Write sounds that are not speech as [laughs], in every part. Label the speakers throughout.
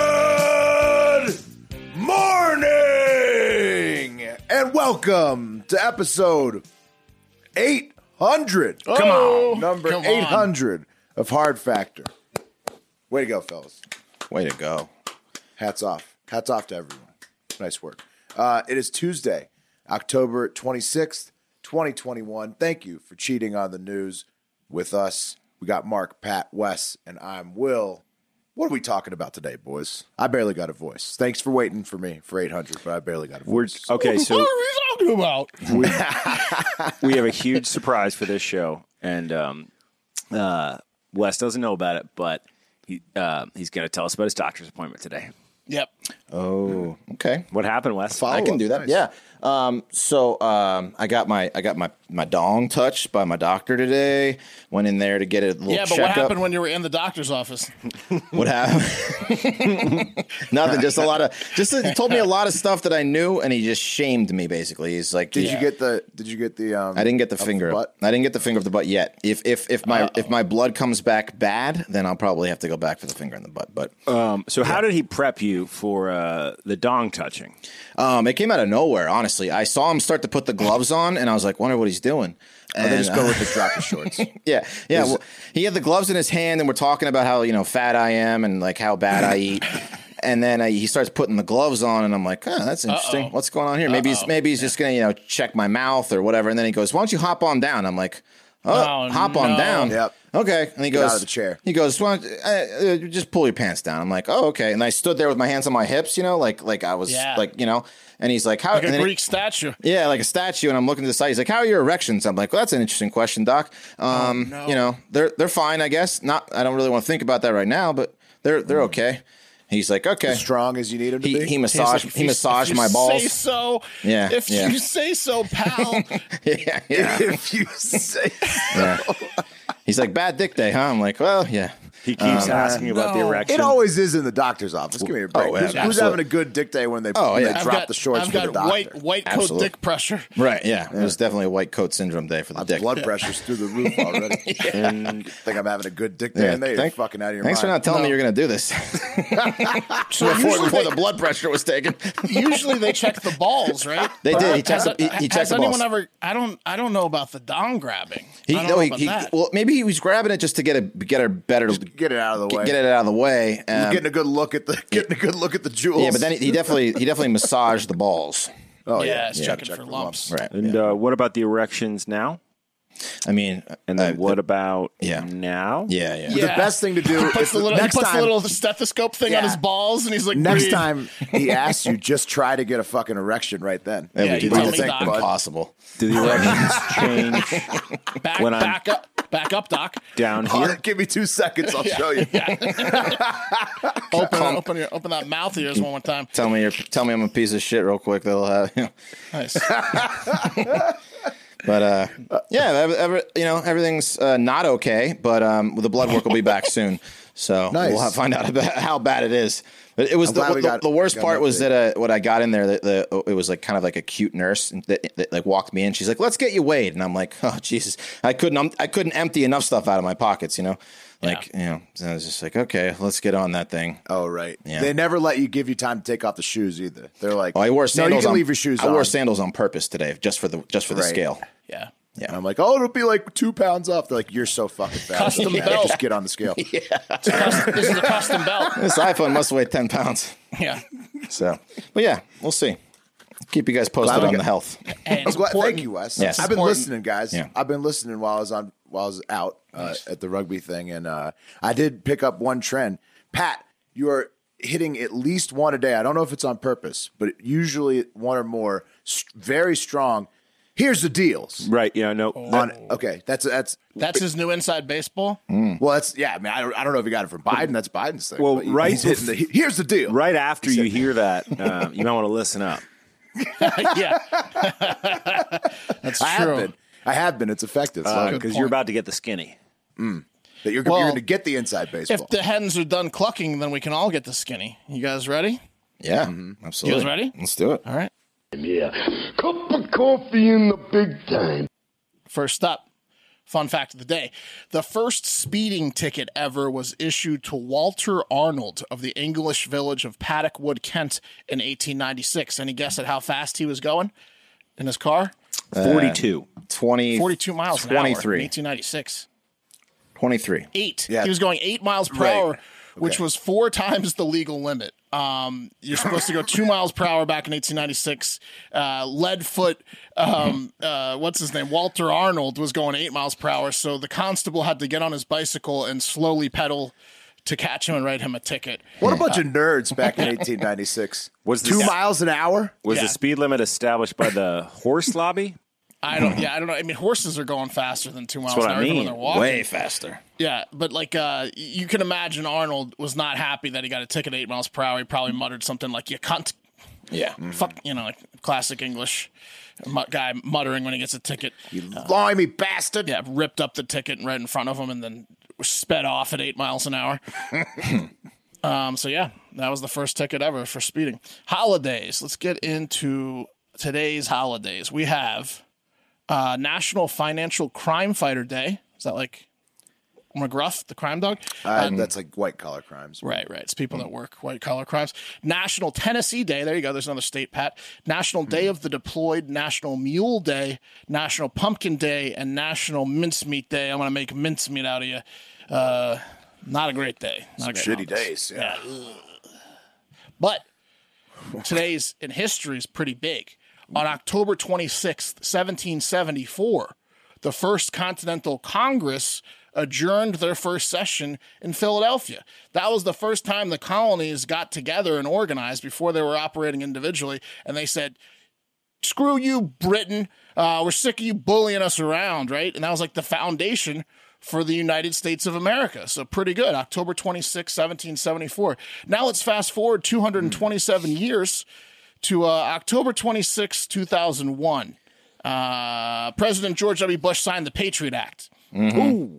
Speaker 1: Good morning and welcome to episode 800. Come
Speaker 2: Oh.
Speaker 1: on. Number 800 of Hard Factor. Way to go, fellas. Way to go. Hats off. Hats off to everyone. Nice work. Uh, it is Tuesday, October 26th, 2021. Thank you for cheating on the news with us. We got Mark, Pat, Wes, and I'm Will. What are we talking about today, boys? I barely got a voice. Thanks for waiting for me for 800, but I barely got a voice.
Speaker 3: We're okay, so
Speaker 2: What are you talking about? [laughs]
Speaker 3: we have a huge surprise for this show, and um, uh, Wes doesn't know about it, but he uh, he's going to tell us about his doctor's appointment today.
Speaker 2: Yep.
Speaker 4: Okay.
Speaker 3: What happened, Wes?
Speaker 4: I can do that. Yeah. Um, so um, I got my I got my my dong touched by my doctor today. Went in there to get a little
Speaker 2: Yeah, but what
Speaker 4: checkup.
Speaker 2: happened when you were in the doctor's office?
Speaker 4: What happened? [laughs] Nothing. Just a lot of just he told me a lot of stuff that I knew, and he just shamed me. Basically, he's like,
Speaker 1: Did
Speaker 4: "Yeah."
Speaker 1: you get the Did you get the um
Speaker 4: I didn't get the
Speaker 1: up
Speaker 4: finger.
Speaker 1: butt?
Speaker 4: I didn't get the finger of the butt yet. If if if my if my blood comes back bad, then I'll probably have to go back for the finger in the butt. But
Speaker 1: Uh.
Speaker 3: Um, so, how did he prep you for uh, the dong touching?
Speaker 4: um, it came out of nowhere. Honestly, I saw him start to put the gloves on, and I was like, wonder what he's doing.
Speaker 1: Or
Speaker 4: And
Speaker 1: they just go with the drop of
Speaker 4: [laughs]
Speaker 1: shorts.
Speaker 4: Yeah, yeah. Well, he had the gloves in his hand, and we're talking about how you know fat I am and like how bad I eat. And then uh, he starts putting the gloves on, and I'm like, oh, that's interesting. What's going on here? Maybe he's maybe he's just gonna you know check my mouth or whatever. And then he goes, "Why don't you hop on down?" I'm like, "Oh,
Speaker 2: Oh,
Speaker 4: hop on
Speaker 2: no.
Speaker 4: down."
Speaker 1: Yep.
Speaker 4: Okay. And he goes
Speaker 1: out of the chair.
Speaker 4: He goes, "Why don't, uh, uh, just pull your pants down?" I'm like, "Oh, okay." And I stood there with my hands on my hips, you know, like like I was
Speaker 2: Yeah.
Speaker 4: like you know. And he's like, "How?"
Speaker 2: Like
Speaker 4: and
Speaker 2: a
Speaker 4: then he-
Speaker 2: Greek statue.
Speaker 4: yeah, like a statue, and I'm looking to the side. He's like, "How are your erections?" I'm like, "Well, that's an interesting question, doc. Um, You know, they're they're fine, I guess. Not, I don't really want to think about that right now, but they're they're okay." He's like, "Okay."
Speaker 1: Strong as you need him to
Speaker 4: He
Speaker 1: be.
Speaker 4: he
Speaker 1: [laughs]
Speaker 2: He's like,
Speaker 4: massaged
Speaker 2: if
Speaker 4: he
Speaker 2: you-
Speaker 4: massaged
Speaker 2: if
Speaker 4: my
Speaker 2: you Say
Speaker 4: balls.
Speaker 2: so.
Speaker 4: Yeah,
Speaker 2: If
Speaker 4: yeah.
Speaker 2: you say so, pal.
Speaker 4: [laughs] yeah, yeah,
Speaker 1: if you
Speaker 4: [laughs]
Speaker 1: say
Speaker 4: yeah. He's like, "Bad dick day, huh?" I'm like, "Well, yeah."
Speaker 3: He keeps asking about the
Speaker 2: no.
Speaker 3: erection.
Speaker 1: It always is in the doctor's office. Give me a break.
Speaker 4: yeah,
Speaker 1: who's, who's
Speaker 4: absolutely.
Speaker 1: having a good dick day when they,
Speaker 4: Oh,
Speaker 1: when
Speaker 4: yeah.
Speaker 1: they
Speaker 4: I've
Speaker 1: drop
Speaker 2: got-
Speaker 1: the shorts
Speaker 2: I've
Speaker 1: for the
Speaker 2: got
Speaker 1: doctor?
Speaker 2: white white coat
Speaker 4: Absolutely.
Speaker 2: dick pressure.
Speaker 4: Right, yeah. It was definitely a white coat syndrome day for the dick.
Speaker 1: Blood pressure's through the
Speaker 4: [laughs]
Speaker 1: roof already. [laughs] think I'm having a good dick day,
Speaker 4: Yeah,
Speaker 1: and they
Speaker 4: thank-
Speaker 1: are fucking out of your
Speaker 4: Thanks for not
Speaker 1: mind.
Speaker 4: telling me you're going to do this before,
Speaker 2: usually
Speaker 4: before
Speaker 2: they-
Speaker 4: the blood pressure was taken.
Speaker 2: Usually they check the balls, right?
Speaker 4: They did. He
Speaker 2: Has,
Speaker 4: checked the- he- he checked
Speaker 2: has
Speaker 4: the
Speaker 2: anyone
Speaker 4: balls.
Speaker 2: ever? I don't. I don't know about the dong grabbing.
Speaker 4: He,
Speaker 2: I don't
Speaker 4: no,
Speaker 2: know
Speaker 4: he,
Speaker 2: about
Speaker 4: he-
Speaker 2: that.
Speaker 4: well, maybe he was grabbing it just to get a get a better
Speaker 1: Get it out of the way.
Speaker 4: get it out of the way. Um,
Speaker 1: getting a good look at the getting a good look at the jewels.
Speaker 4: yeah, but then he, he definitely he definitely massaged the balls.
Speaker 1: oh
Speaker 2: yeah,
Speaker 1: yeah,
Speaker 2: it's checking for lumps.
Speaker 4: Right.
Speaker 3: and uh, what about the erections now?
Speaker 4: I mean,
Speaker 3: And then
Speaker 4: uh,
Speaker 3: what about
Speaker 4: yeah.
Speaker 3: now?
Speaker 4: Yeah, yeah.
Speaker 1: The best thing to
Speaker 4: [laughs]
Speaker 1: do
Speaker 2: He
Speaker 1: is
Speaker 2: puts the little, he
Speaker 1: next
Speaker 2: puts
Speaker 1: time.
Speaker 2: the little stethoscope thing on
Speaker 1: Yeah.
Speaker 2: his balls, and he's like,
Speaker 1: Next
Speaker 2: "Breathe."
Speaker 1: time he asks
Speaker 4: [laughs]
Speaker 1: you, just try to get a fucking erection right then.
Speaker 2: Yeah,
Speaker 4: we
Speaker 2: you
Speaker 4: do
Speaker 2: tell
Speaker 4: the
Speaker 2: me,
Speaker 4: thing
Speaker 2: Doc.
Speaker 4: impossible.
Speaker 3: Do the
Speaker 4: [laughs]
Speaker 3: erections change
Speaker 2: back,
Speaker 3: when I'm-
Speaker 2: back up, back up,
Speaker 4: [laughs]
Speaker 2: doc.
Speaker 3: down
Speaker 1: Oh,
Speaker 3: here?
Speaker 1: give me two seconds,
Speaker 2: [laughs]
Speaker 1: I'll show you.
Speaker 2: Open, open, your, open that mouth of yours one more time.
Speaker 4: Tell me, you're, tell me, I'm a piece of shit, real quick. That'll have, you know. [laughs]
Speaker 2: Nice.
Speaker 4: but uh, yeah, ever, ever, you know, everything's uh, not okay. But um, the blood work will be back soon,
Speaker 1: [laughs]
Speaker 4: so
Speaker 1: Nice.
Speaker 4: we'll have, find out about [laughs] how bad it is. But it was
Speaker 1: I'm
Speaker 4: the,
Speaker 1: glad we
Speaker 4: the,
Speaker 1: got-
Speaker 4: the worst
Speaker 1: got an
Speaker 4: part was
Speaker 1: update.
Speaker 4: that uh, what I got in there, that the, oh, it was like kind of like a cute nurse that, that like walked me in. She's like, "Let's get you weighed," and I'm like, "Oh Jesus, I couldn't, um, I couldn't empty enough stuff out of my pockets, you know." Like you know, so I was just like, okay, let's get on that thing.
Speaker 1: Oh right.
Speaker 4: Yeah.
Speaker 1: They never let you give you time to take off the shoes either. They're like,
Speaker 4: Oh, I wore
Speaker 1: No, you
Speaker 4: sandals.
Speaker 1: can
Speaker 4: on,
Speaker 1: leave your shoes
Speaker 4: I
Speaker 1: on.
Speaker 4: wore sandals on purpose today, just for the just for the
Speaker 1: Right.
Speaker 4: scale.
Speaker 2: Yeah.
Speaker 1: And I'm like, oh, it'll be like two pounds off. They're like, you're so fucking fat.
Speaker 2: Custom
Speaker 1: Doesn't matter.
Speaker 2: belt.
Speaker 1: Just get on the
Speaker 2: [laughs]
Speaker 1: scale.
Speaker 2: Custom- this is a custom belt.
Speaker 4: This iPhone must weigh ten pounds.
Speaker 2: Yeah.
Speaker 4: So, but yeah, we'll see. Keep you guys posted
Speaker 1: Glad we
Speaker 4: on
Speaker 1: got-
Speaker 4: the health.
Speaker 2: Hey,
Speaker 1: I'm
Speaker 2: it's
Speaker 1: glad-
Speaker 2: important.
Speaker 1: thank you, Wes.
Speaker 4: Yes.
Speaker 1: I've been
Speaker 2: Important.
Speaker 1: listening, guys.
Speaker 4: Yeah.
Speaker 1: I've been listening while I was on while I was out uh, at the rugby thing, and uh, I did pick up one trend. Pat, you are hitting at least one a day. I don't know if it's on purpose, but usually one or more, s- very strong. Here's the deals.
Speaker 3: Right. Yeah. No.
Speaker 1: On okay, that's that's
Speaker 2: That's his new
Speaker 1: [laughs]
Speaker 2: inside baseball.
Speaker 1: well, that's yeah. I mean, I don't, I don't know if he got it from Biden. That's Biden's thing.
Speaker 3: Well,
Speaker 1: but he-
Speaker 3: right
Speaker 1: he's hitting the- here's the deal.
Speaker 3: Right after you hear that, uh, you might want to listen up.
Speaker 2: yeah,
Speaker 1: [laughs]
Speaker 2: that's
Speaker 1: I have
Speaker 2: true.
Speaker 1: been. I have been. It's effective. So I'm-
Speaker 3: because you're about to get the skinny.
Speaker 1: that you're, you're
Speaker 2: Well,
Speaker 1: going to get the inside baseball.
Speaker 2: If the hens are done clucking, then we can all get the skinny. You guys ready?
Speaker 4: Yeah, absolutely.
Speaker 2: Mm-hmm. You guys ready?
Speaker 4: Let's do it.
Speaker 2: All right.
Speaker 5: Yeah. Cup of coffee in the big time.
Speaker 2: First up, fun fact of the day the first speeding ticket ever was issued to Walter Arnold of the English village of Paddock Wood, Kent in 1896. Any guess at how fast he was going in his car?
Speaker 3: 42.
Speaker 4: 20,
Speaker 2: 42 miles an hour in
Speaker 4: 23.
Speaker 2: 1896.
Speaker 4: 23.
Speaker 2: Eight.
Speaker 1: Yeah.
Speaker 2: He was going eight miles per
Speaker 1: Right.
Speaker 2: hour, which was four [laughs] times the legal limit. Um, you're supposed to go two miles per hour back in 1896. Uh, Leadfoot, um, uh, what's his name? Walter Arnold was going eight miles per hour. So the constable had to get on his bicycle and slowly pedal to catch him and write him a ticket.
Speaker 1: what a bunch
Speaker 2: [laughs]
Speaker 1: of nerds back in 1896.
Speaker 3: Was
Speaker 1: two
Speaker 3: this-
Speaker 1: miles an hour?
Speaker 3: Was
Speaker 2: Yeah.
Speaker 3: the speed limit established by the horse lobby?
Speaker 2: I don't, yeah, I don't know. I mean, horses are going faster than two miles
Speaker 3: what
Speaker 2: an
Speaker 3: I
Speaker 2: hour even when
Speaker 3: mean.
Speaker 2: they're walking.
Speaker 4: Way faster.
Speaker 2: Yeah, but like uh, y- you can imagine, Arnold was not happy that he got a ticket at eight miles per hour. He probably
Speaker 1: Mm-hmm.
Speaker 2: muttered something like "you cunt,"
Speaker 4: Yeah.
Speaker 2: fuck, you know, like classic English mu- guy muttering when he gets a ticket.
Speaker 1: You
Speaker 3: Uh,
Speaker 1: limey bastard!
Speaker 2: Yeah, ripped up the ticket right in front of him and then sped off at eight miles
Speaker 1: [laughs]
Speaker 2: an hour. um, so yeah, that was the first ticket ever for speeding. Holidays. Let's get into today's holidays. We have uh, National Financial Crime Fighter Day. Is that like McGruff, the crime dog?
Speaker 1: Uh, that's like white collar crimes.
Speaker 2: Right, right. It's people that work white collar crimes. National Tennessee Day. There you go. There's another state, Pat. National Day of the Deployed, National Mule Day, National Pumpkin Day, and National Mincemeat Day. I'm going to make mincemeat out of you. Uh, not a great day. Not a great
Speaker 1: Shitty
Speaker 2: holiday.
Speaker 1: days. Yeah.
Speaker 2: But today's in history is pretty big. On October 26th, 1774, the First Continental Congress adjourned their first session in Philadelphia. That was the first time the colonies got together and organized before they were operating individually. And they said, screw you, Britain. Uh, we're sick of you bullying us around, right? And that was like the foundation for the United States of America. So pretty good. October 26, 1774. Now let's fast forward 227 years to uh, October 26, 2001. Uh, President George W. Bush signed the Patriot Act.
Speaker 1: [laughs]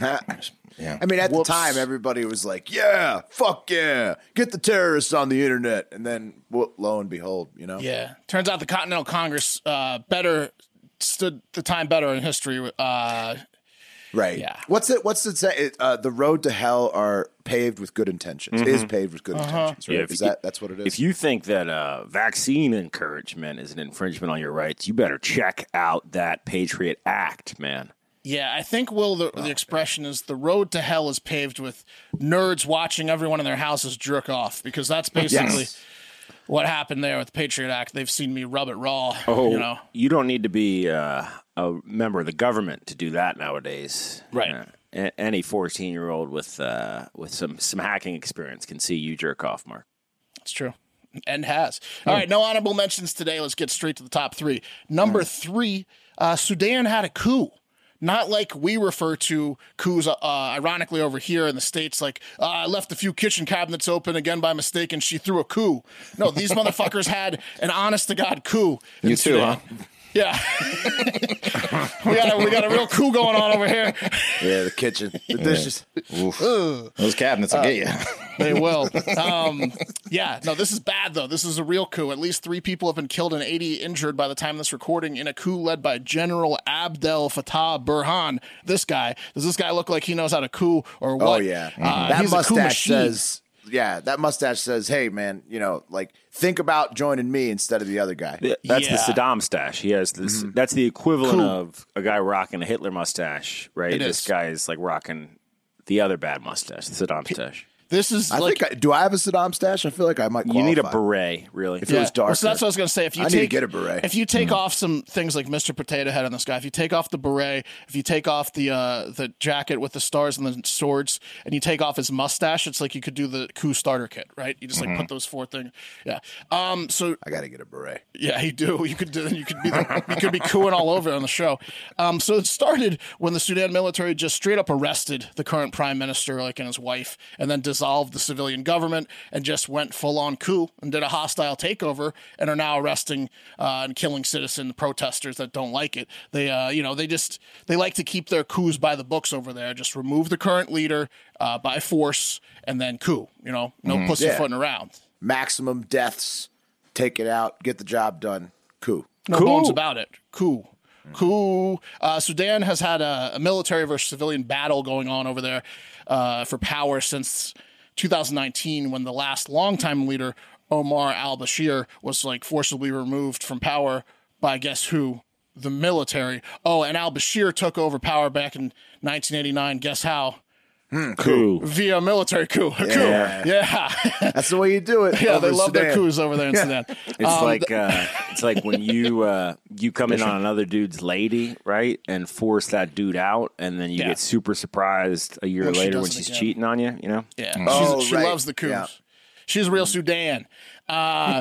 Speaker 1: I mean, at
Speaker 2: Whoops.
Speaker 1: the time, everybody was like, "Yeah, fuck yeah, get the terrorists on the internet," and then well, lo and behold, you know,
Speaker 2: Yeah. Turns out the Continental Congress uh, better stood the time better in history. Uh,
Speaker 1: right?
Speaker 2: Yeah.
Speaker 1: What's it? What's it say? It, Uh, the road to hell are paved with good intentions. Is
Speaker 2: Mm-hmm.
Speaker 1: paved with good intentions. Right?
Speaker 3: Yeah, if
Speaker 1: is
Speaker 3: you-
Speaker 1: that that's what it is?
Speaker 3: If you think that uh, vaccine encouragement is an infringement on your rights, you better check out that Patriot Act, man.
Speaker 2: Yeah, I think Will the, the expression is the road to hell is paved with nerds watching everyone in their houses jerk off because that's basically what happened there with Patriot Act. They've seen me rub it raw.
Speaker 3: Oh,
Speaker 2: you know,
Speaker 3: you don't need to be uh, a member of the government to do that nowadays.
Speaker 2: Right.
Speaker 3: Uh, a- any 14 year old with uh, with some, some hacking experience can see you jerk off, Mark.
Speaker 2: it's true. And has. All right, no honorable mentions today. Let's get straight to the top three. Number three, uh, Sudan had a coup. Not like we refer to coups, uh, ironically, over here in the States, like, uh, I left a few kitchen cabinets open again by mistake and she threw a coup. No, these motherfuckers [laughs] had an honest to God coup. in
Speaker 4: You too, huh?
Speaker 2: Sudan. Yeah. [laughs] we got a we got a real coup going on over here. [laughs]
Speaker 1: yeah, the kitchen, the dishes.
Speaker 4: Those cabinets will get
Speaker 2: Uh,
Speaker 4: [laughs] you.
Speaker 1: [laughs]
Speaker 2: They will. Um, yeah, no, this is bad though. This is a real coup. At least three people have been killed and 80 injured by the time of this recording in a coup led by General Abdel Fattah Burhan. This guy. Does this guy look like he knows how to coup or what?
Speaker 1: Oh yeah,
Speaker 2: Uh,
Speaker 1: that
Speaker 2: he's a coup
Speaker 1: mustache
Speaker 2: machine.
Speaker 1: says. Yeah, that mustache says, "Hey, man, you know, like think about joining me instead of the other guy."
Speaker 3: Th- That's
Speaker 2: Yeah.
Speaker 3: the Saddam stash. He has this. That's the equivalent of a guy rocking a Hitler mustache, right?
Speaker 2: It
Speaker 3: this
Speaker 2: is.
Speaker 3: guy is like rocking the other bad mustache, the Saddam stash.
Speaker 2: This is
Speaker 1: I
Speaker 2: like
Speaker 1: think I, do I have a Saddam stash? I feel like I might. Qualify.
Speaker 3: You need a beret, really.
Speaker 1: If it was dark,
Speaker 2: Well, so that's what I was going to say. If you
Speaker 1: I need
Speaker 2: take,
Speaker 1: to get a beret. Mm-hmm.
Speaker 2: If you take off some things like Mr. Potato Head on this guy, if you take off the beret, if you take off the uh, the jacket with the stars and the swords, and you take off his mustache, it's like you could do the coup starter kit, right? You just like
Speaker 1: Mm-hmm.
Speaker 2: put those four things. Yeah. Um. So
Speaker 1: I got to get a beret.
Speaker 2: yeah, you do. You could do. You could be. The, you could be cooing all over on the show. Um, so it started when the Sudan military just straight up arrested the current prime minister, like and his wife, and then dissolved the civilian government and just went full on coup and did a hostile takeover and are now arresting uh, and killing citizen protesters that don't like it. They, uh, you know, they just they like to keep their coups by the books over there. Just remove the current leader uh, by force and then coup. You know, no pussyfooting around.
Speaker 1: Maximum deaths. Take it out. Get the job done. Cool.
Speaker 2: No bones about it. Cool. Cool. Uh, Sudan has had a, a military versus civilian battle going on over there uh, for power since 2019 when the last longtime leader, Omar al Bashir, was like forcibly removed from power by guess who? The military. Oh, and al Bashir took over power back in 1989. Guess how?
Speaker 3: Cool.
Speaker 2: Via military coup. [laughs] A coup.
Speaker 1: Yeah.
Speaker 2: Yeah.
Speaker 1: That's the way you do it.
Speaker 2: [laughs] Yeah,
Speaker 1: over
Speaker 2: they love their
Speaker 1: Sudan.
Speaker 2: coups over there in Sudan.
Speaker 3: It's like uh, it's like when you uh, you come in on another dude's lady, right, and force that dude out, and then you
Speaker 2: Yeah.
Speaker 3: get super surprised a year
Speaker 2: When she
Speaker 3: later
Speaker 2: does
Speaker 3: when
Speaker 2: it
Speaker 3: she's
Speaker 2: again.
Speaker 3: cheating on you. You know,
Speaker 2: Yeah.
Speaker 1: Oh,
Speaker 2: She's, she
Speaker 1: right.
Speaker 2: loves the coups.
Speaker 1: Yeah.
Speaker 2: She's a real Sudan. Uh,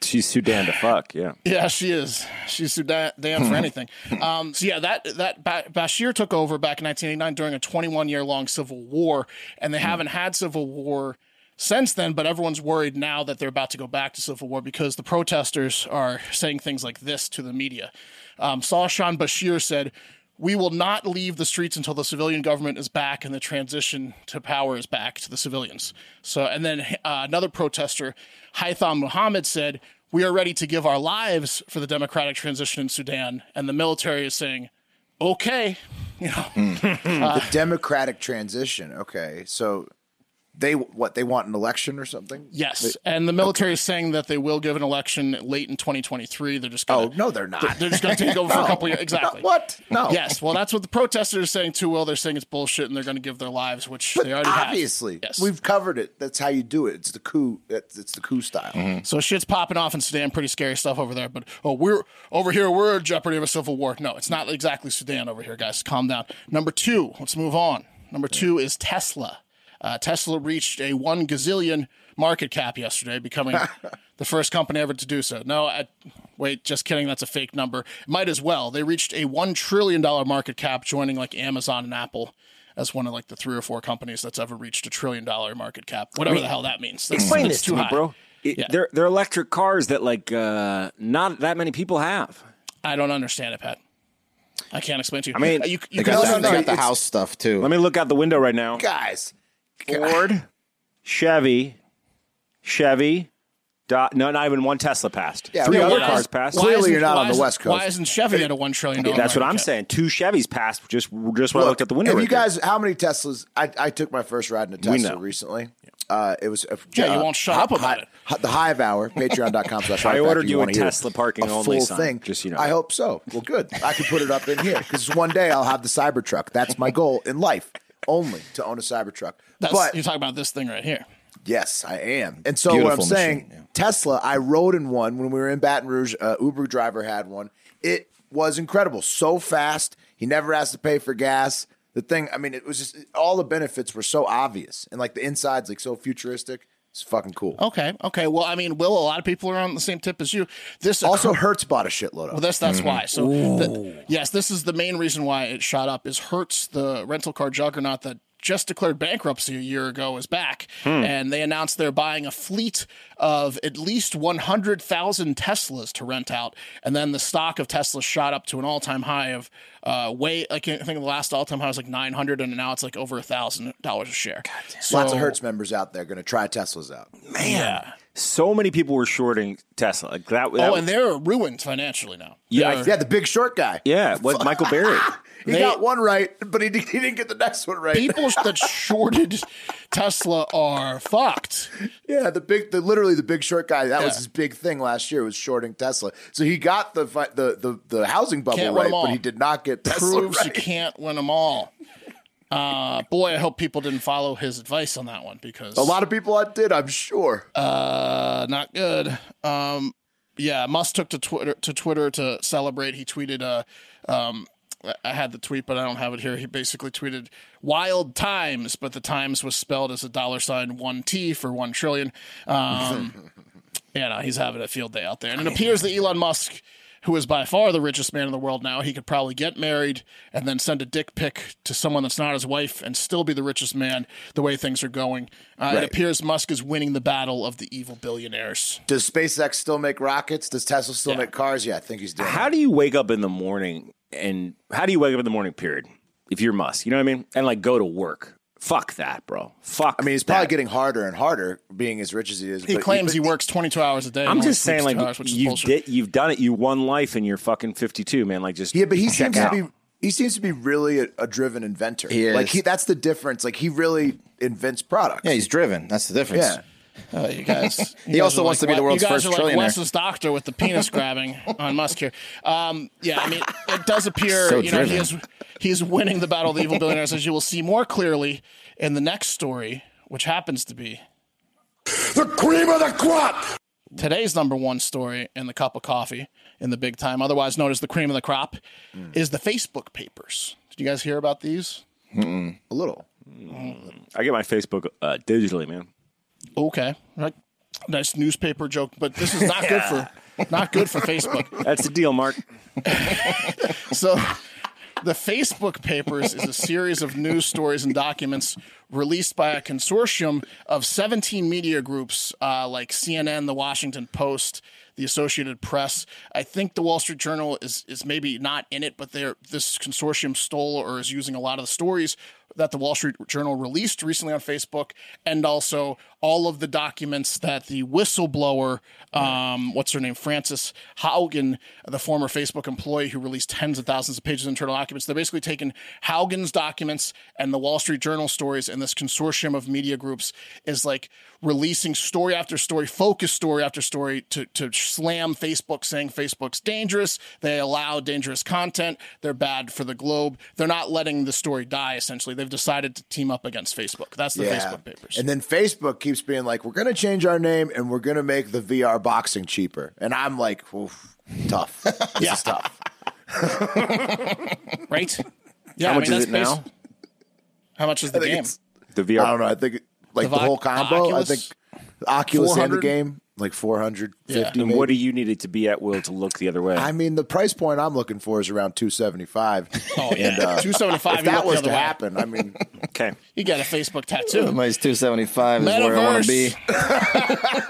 Speaker 3: she's too damn to fuck. Yeah,
Speaker 2: Yeah, she is. She's too da- damn for anything. Um, so yeah, that that ba- Bashir took over back in 1989 during a 21 year long civil war, and they haven't had civil war since then. But everyone's worried now that they're about to go back to civil war because the protesters are saying things like this to the media. Um, Sawshan Bashir said. We will not leave the streets until the civilian government is back and the transition to power is back to the civilians. So, and then uh, another protester, Haitham Muhammad, said, we are ready to give our lives for the democratic transition in Sudan, and the military is saying, okay. [laughs] You know,
Speaker 1: Hmm. the democratic transition. Okay, so they what they want an election or something?
Speaker 2: yes. And the military is saying that they will give an election late in 2023. They're just
Speaker 1: Oh
Speaker 2: going
Speaker 1: no, they're not.
Speaker 2: [laughs] they're just going to take over for a couple of years. Exactly.
Speaker 1: No, what? No.
Speaker 2: Yes. Well, that's what the protesters are saying too. Well, they're saying it's bullshit, and they're going to give their lives, which
Speaker 1: But
Speaker 2: they already have.
Speaker 1: obviously,
Speaker 2: Yes.
Speaker 1: we've covered it. That's how you do it. It's the coup. It's it's the coup style.
Speaker 3: Mm-hmm.
Speaker 2: So shit's popping off in Sudan, pretty scary stuff over there. But oh, we're over here, we're in jeopardy of a civil war. No, it's not exactly Sudan over here, guys. Calm down. Number two, let's move on. Number two is Tesla. Uh, Tesla reached a one gazillion market cap
Speaker 3: [laughs]
Speaker 2: yesterday, becoming the first company ever to do so. No, I, wait, just kidding. That's a fake number. Might as well. They reached a one trillion dollar market cap, joining like Amazon and Apple. As one of like the three or four companies that's ever reached a trillion dollar market cap, whatever the hell that means. That's,
Speaker 3: explain
Speaker 2: that's
Speaker 3: this to me, bro. It- They're they're electric cars that like uh, not that many people have.
Speaker 2: I don't understand it, Pat. I can't explain to you. I
Speaker 3: mean,
Speaker 2: you, you
Speaker 4: They
Speaker 2: can
Speaker 1: No,
Speaker 4: got, that-
Speaker 1: no,
Speaker 2: also,
Speaker 4: they
Speaker 1: no,
Speaker 4: got the
Speaker 1: it's-
Speaker 4: house stuff too.
Speaker 3: Let me look out the window right now.
Speaker 1: Guys,
Speaker 3: Ford, Chevy, Chevy. Dot, no, not even one Tesla passed.
Speaker 1: Yeah,
Speaker 3: Three
Speaker 1: I mean,
Speaker 3: other
Speaker 1: why
Speaker 3: cars
Speaker 1: is-
Speaker 3: passed.
Speaker 1: why- Clearly
Speaker 2: isn't-
Speaker 1: you're not on the
Speaker 2: isn't-
Speaker 1: West Coast.
Speaker 2: Why isn't Chevy at a one trillion dollar?
Speaker 3: That's what
Speaker 2: market
Speaker 3: I'm
Speaker 2: cap?
Speaker 3: saying. Two Chevys passed just just when I
Speaker 1: look,
Speaker 3: looked at the window.
Speaker 1: Have
Speaker 3: right
Speaker 1: you
Speaker 3: there.
Speaker 1: guys? How many Teslas? I, I took my first ride in a
Speaker 3: We
Speaker 1: Tesla
Speaker 3: know.
Speaker 1: recently. Uh, it was a,
Speaker 2: Yeah, you
Speaker 1: uh,
Speaker 2: won't shut
Speaker 1: hi-
Speaker 2: up about
Speaker 1: hi-
Speaker 2: it.
Speaker 1: hi- the Hive Hour, patreon.com
Speaker 3: [laughs]
Speaker 1: slash
Speaker 3: I
Speaker 1: Hive
Speaker 3: ordered
Speaker 1: Factor,
Speaker 3: you a
Speaker 1: wanna hear
Speaker 3: Tesla parking
Speaker 1: a
Speaker 3: only
Speaker 1: full
Speaker 3: sign,
Speaker 1: thing.
Speaker 3: just so you know.
Speaker 1: I hope so. Well, good. I can put it up in here because one day I'll have the Cybertruck. That's my goal in life, only to own a Cybertruck.
Speaker 2: That's,
Speaker 1: but
Speaker 2: you're talking about this thing right here.
Speaker 1: Yes, I am. And so what I'm
Speaker 4: Beautiful
Speaker 1: saying,
Speaker 4: machine, yeah.
Speaker 1: Tesla, I rode in one when we were in Baton Rouge. Uh, Uber driver had one. It was incredible. So fast. He never has to pay for gas. The thing, I mean, it was just all the benefits were so obvious, and like the insides, like so futuristic. It's fucking cool.
Speaker 2: Okay, okay. Well, I mean, Will, a lot of people are on the same tip as you. This
Speaker 1: Also, Hertz bought a shitload of.
Speaker 2: Well,
Speaker 1: them.
Speaker 2: that's
Speaker 3: Mm-hmm.
Speaker 2: that's why. So, the, yes, this is the main reason why it shot up. Is Hertz, the rental car juggernaut that just declared bankruptcy a year ago, is back,
Speaker 3: Hmm.
Speaker 2: and they announced they're buying a fleet of at least one hundred thousand Teslas to rent out. And then the stock of Tesla shot up to an all-time high of uh, way. Like I think the last all-time high was like nine hundred, and now it's like over a thousand dollars a share. So,
Speaker 1: Lots of Hertz members out there going to try Teslas out.
Speaker 2: Yeah.
Speaker 3: so many people were shorting Tesla. Like that, that
Speaker 2: Oh, and they're ruined financially now.
Speaker 3: Yeah, I
Speaker 2: They're-
Speaker 1: Yeah, the big short guy.
Speaker 3: yeah, what Michael Barry.
Speaker 1: he
Speaker 2: They-
Speaker 1: got one right, but he, did, he didn't get the next one right. [laughs]
Speaker 2: people that shorted Tesla are fucked.
Speaker 1: Yeah, the big, the literally the big short guy. That was
Speaker 2: Yeah.
Speaker 1: his big thing last year was shorting Tesla. So he got the fi- the the, the housing bubble
Speaker 2: Can't win
Speaker 1: right,
Speaker 2: 'em all.
Speaker 1: but he did not get Tesla
Speaker 2: Proves you
Speaker 1: right.
Speaker 2: can't win them all. Uh, boy, I hope people didn't follow his advice on that one because
Speaker 1: A lot of people I did, I'm sure.
Speaker 2: uh, not good. Um, yeah, Musk took to Twitter to Twitter to celebrate. He tweeted, uh, um, I- I had the tweet, but I don't have it here. He basically tweeted "Wild Times," but the Times was spelled as a dollar sign one T for one trillion.
Speaker 1: [laughs]
Speaker 2: Um, yeah, no, he's having a field day out there, and it appears that Elon Musk. Who is by far the richest man in the world now? He could probably get married and then send a dick pic to someone that's not his wife and still be the richest man the way things are going. Uh, It appears Musk is winning the battle of the evil billionaires.
Speaker 1: Does SpaceX still make rockets? Does Tesla still make cars? Yeah, I think he's doing. it.
Speaker 3: How do you wake up in the morning and how do you wake up in the morning, period? If you're Musk, you know what I mean? And like go to work. Fuck that, bro. Fuck.
Speaker 1: I mean, he's probably getting harder and harder, being as rich as he is.
Speaker 2: He claims he works 22 hours a day.
Speaker 3: I'm
Speaker 2: and
Speaker 3: just
Speaker 2: only
Speaker 3: saying,
Speaker 2: sleeps
Speaker 3: like,
Speaker 2: two hours, which is
Speaker 3: you
Speaker 2: bullshit.
Speaker 3: did, you've done it. You won life, and you're fucking 52, man. Like, just
Speaker 1: Yeah, but he
Speaker 3: check
Speaker 1: seems
Speaker 3: out.
Speaker 1: to be he seems to be really a, a driven inventor.
Speaker 4: He is.
Speaker 1: Like he, that's the difference. Like he really invents products.
Speaker 4: Yeah, he's driven. That's the difference.
Speaker 1: Yeah.
Speaker 2: Uh, [laughs] you guys.
Speaker 4: Oh, He also wants to be the world's
Speaker 2: you guys
Speaker 4: first
Speaker 2: are like
Speaker 4: trillionaire.
Speaker 2: Wes's doctor with the penis
Speaker 4: [laughs]
Speaker 2: grabbing on Musk here. Um, yeah, I mean, it does appear
Speaker 4: So
Speaker 2: you know he is
Speaker 4: driven.
Speaker 2: he is winning the battle of the evil billionaires, as you will see more clearly in the next story, which happens to be
Speaker 5: The cream of the crop!
Speaker 2: today's number one story in the cup of coffee in the big time, otherwise known as the cream of the crop,
Speaker 4: Mm.
Speaker 2: is the Facebook papers. Did you guys hear about these?
Speaker 1: a little.
Speaker 3: I get my Facebook uh, digitally, man.
Speaker 2: Okay, right. Nice newspaper joke, but this is not
Speaker 4: [laughs]
Speaker 2: good for not good for Facebook.
Speaker 3: That's the deal, Mark.
Speaker 2: So, [laughs] the Facebook Papers is a series of news stories and documents released by a consortium of 17 media groups uh, like CNN, The Washington Post, The Associated Press. I think The Wall Street Journal is is maybe not in it, but they're, this consortium stole or is using a lot of the stories that the Wall Street Journal released recently on Facebook, and also all of the documents that the whistleblower, um, what's her name, Frances Haugen, the former Facebook employee who released tens of thousands of pages of internal documents. They're basically taking Haugen's documents and the Wall Street Journal stories, and this consortium of media groups is like releasing story after story, focus story after story to, to slam Facebook, saying Facebook's dangerous. They allow dangerous content. They're bad for the globe. They're not letting the story die, essentially. They've decided to team up against Facebook. That's the
Speaker 1: Yeah.
Speaker 2: Facebook papers.
Speaker 1: And then Facebook keeps being like, "We're gonna change our name and we're gonna make the VR boxing cheaper." And I'm like, Oof,
Speaker 2: [laughs]
Speaker 1: tough. This
Speaker 2: Yeah.
Speaker 1: is tough. [laughs]
Speaker 2: right? Yeah,
Speaker 3: How much is it
Speaker 2: basi-
Speaker 3: now?
Speaker 2: How much is the
Speaker 1: I think
Speaker 2: game?
Speaker 1: it's-
Speaker 3: The VR.
Speaker 1: I don't know. I think it- like the,
Speaker 2: The Oc-
Speaker 1: whole combo.
Speaker 2: Oculus?
Speaker 1: I think Oculus and the
Speaker 2: 400?
Speaker 1: game like four hundred fifty.
Speaker 3: And what do you need it to be at will to look the other way?
Speaker 1: I mean, the price point I'm looking for is around two seventy
Speaker 2: [laughs]
Speaker 1: five.
Speaker 2: Oh yeah, two seventy five.
Speaker 1: uh, If that was to happen, I
Speaker 2: [laughs]
Speaker 1: mean,
Speaker 3: okay.
Speaker 2: You got a Facebook tattoo.
Speaker 4: Somebody's 275 is where I want to be.
Speaker 2: Metaverse.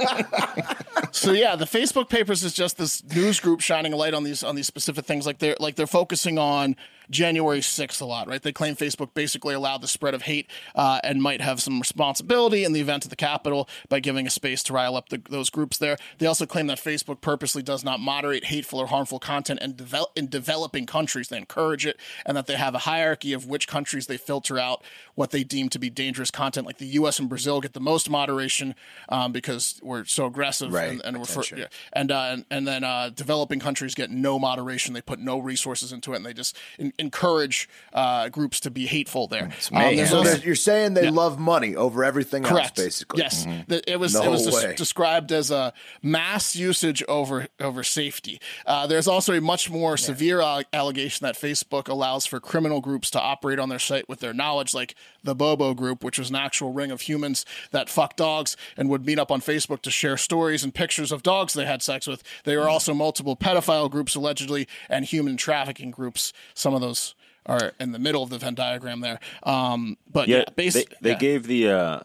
Speaker 2: so yeah, the Facebook papers is just this news group shining a light on these on these specific things. Like they're like they're focusing on January sixth a lot, right? They claim Facebook basically allowed the spread of hate uh, and might have some responsibility in the event of the Capitol by giving a space to rile up the, those groups there. They also claim that Facebook purposely does not moderate hateful or harmful content and develop in developing countries. They encourage it, and that they have a hierarchy of which countries they filter out what they deem to be dangerous content. Like the U.S. and Brazil get the most moderation um, because we're so aggressive
Speaker 1: Right.
Speaker 2: and, and we're
Speaker 1: Attention.
Speaker 2: for, yeah. and, uh, and and then uh, developing countries get no moderation. They put no resources into it, and they just en- encourage uh, groups to be hateful there. Um, there's
Speaker 4: mayhem.
Speaker 1: So
Speaker 2: also-
Speaker 1: they're- you're saying they love money over everything
Speaker 2: Correct.
Speaker 1: else, basically.
Speaker 2: yes, The- it was
Speaker 1: No
Speaker 2: it was des-
Speaker 1: way.
Speaker 2: described as a mass usage over over safety. Uh, there's also a much more severe al- allegation that Facebook allows for criminal groups to operate on their site with their knowledge, like the Bobo Group, which was an actual ring of humans that fuck dogs and would meet up on Facebook to share stories and pictures of dogs they had sex with. There are also multiple pedophile groups allegedly and human trafficking groups. Some of those. Are in the middle of the Venn diagram there, um, but yeah,
Speaker 3: Yeah,
Speaker 2: basi-
Speaker 3: they, they
Speaker 2: yeah.
Speaker 3: gave the uh,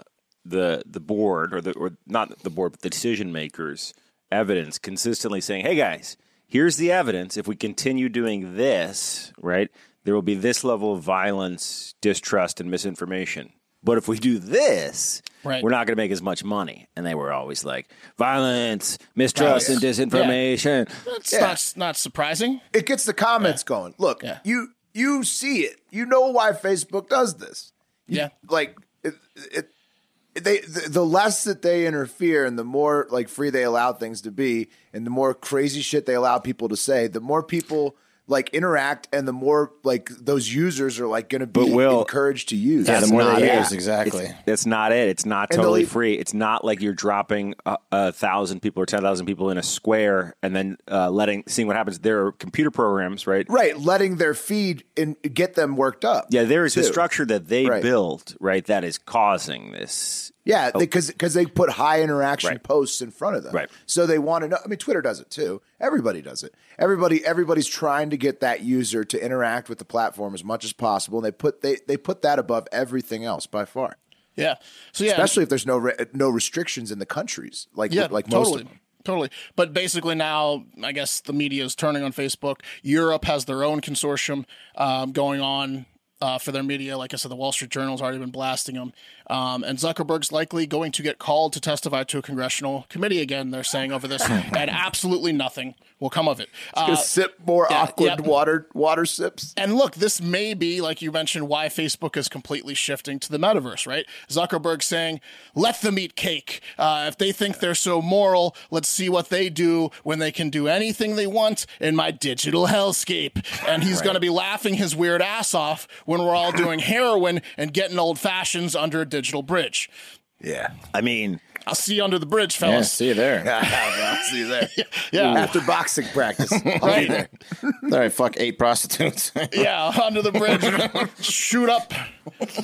Speaker 3: the the board or the or not the board, but the decision makers evidence consistently saying, "Hey guys, here's the evidence. If we continue doing this, right, there will be this level of violence, distrust, and misinformation." But if we do this,
Speaker 2: Right.
Speaker 3: we're not going to make as much money. And they were always like, violence, mistrust, and disinformation.
Speaker 2: It's not not surprising.
Speaker 1: It gets the comments going. Look,
Speaker 2: Yeah.
Speaker 1: you you see it. You know why Facebook does this.
Speaker 2: Yeah.
Speaker 1: Like it, it they the, the less that they interfere and the more like free they allow things to be and the more crazy shit they allow people to say, the more people like interact, and the more like those users are like going to be
Speaker 3: But Will-
Speaker 1: encouraged to use.
Speaker 4: yeah, the more
Speaker 3: not
Speaker 4: they
Speaker 3: it.
Speaker 4: use, exactly.
Speaker 3: That's not it. It's not
Speaker 1: And the
Speaker 3: totally
Speaker 1: lead-
Speaker 3: free. It's not like you're dropping a, a thousand people or ten thousand people in a square and then uh, letting seeing what happens. There are computer programs, right?
Speaker 1: right, letting their feed and get them worked up.
Speaker 3: Yeah, there is a
Speaker 1: too.
Speaker 3: structure that they
Speaker 1: Right.
Speaker 3: build, right? That is causing this.
Speaker 1: Yeah,
Speaker 4: Oh.
Speaker 1: because because they put high interaction
Speaker 3: Right.
Speaker 1: posts in front of them,
Speaker 3: Right.
Speaker 1: So they want to know. I mean, Twitter does it too. Everybody does it. Everybody everybody's trying to get that user to interact with the platform as much as possible, and they put they they put that above everything else by far.
Speaker 2: Yeah. So yeah,
Speaker 1: Especially if there's no re- no restrictions in the countries, like
Speaker 2: yeah,
Speaker 1: like
Speaker 2: totally.
Speaker 1: most of them.
Speaker 2: Totally. But basically now, I guess the media is turning on Facebook. Europe has their own consortium um, going on uh, for their media. Like I said, the Wall Street Journal's already been blasting them. Um, and Zuckerberg's likely going to get called to testify to a congressional committee again, they're saying
Speaker 1: [laughs]
Speaker 2: over this, and absolutely nothing will come of it. Uh,
Speaker 1: Just sip more
Speaker 2: yeah,
Speaker 1: awkward
Speaker 2: yep.
Speaker 1: water water sips.
Speaker 2: and look, this may be, like you mentioned, why Facebook is completely shifting to the metaverse, right? Zuckerberg saying, let them eat cake. Uh, if they think they're so moral, let's see what they do when they can do anything they want in my digital hellscape. And he's going to be laughing his weird ass off when we're all
Speaker 4: [laughs]
Speaker 2: doing heroin and getting old fashions under a digital bridge.
Speaker 3: Yeah, I mean,
Speaker 2: I'll see you under the bridge,
Speaker 4: Yeah,
Speaker 2: fellas.
Speaker 4: see you there.
Speaker 1: I'll see you
Speaker 2: [laughs]
Speaker 1: there.
Speaker 2: yeah.
Speaker 1: After boxing
Speaker 2: [laughs]
Speaker 1: practice.
Speaker 2: Right.
Speaker 4: All right, fuck eight prostitutes. [laughs]
Speaker 2: Yeah, [laughs] under the bridge. Shoot up,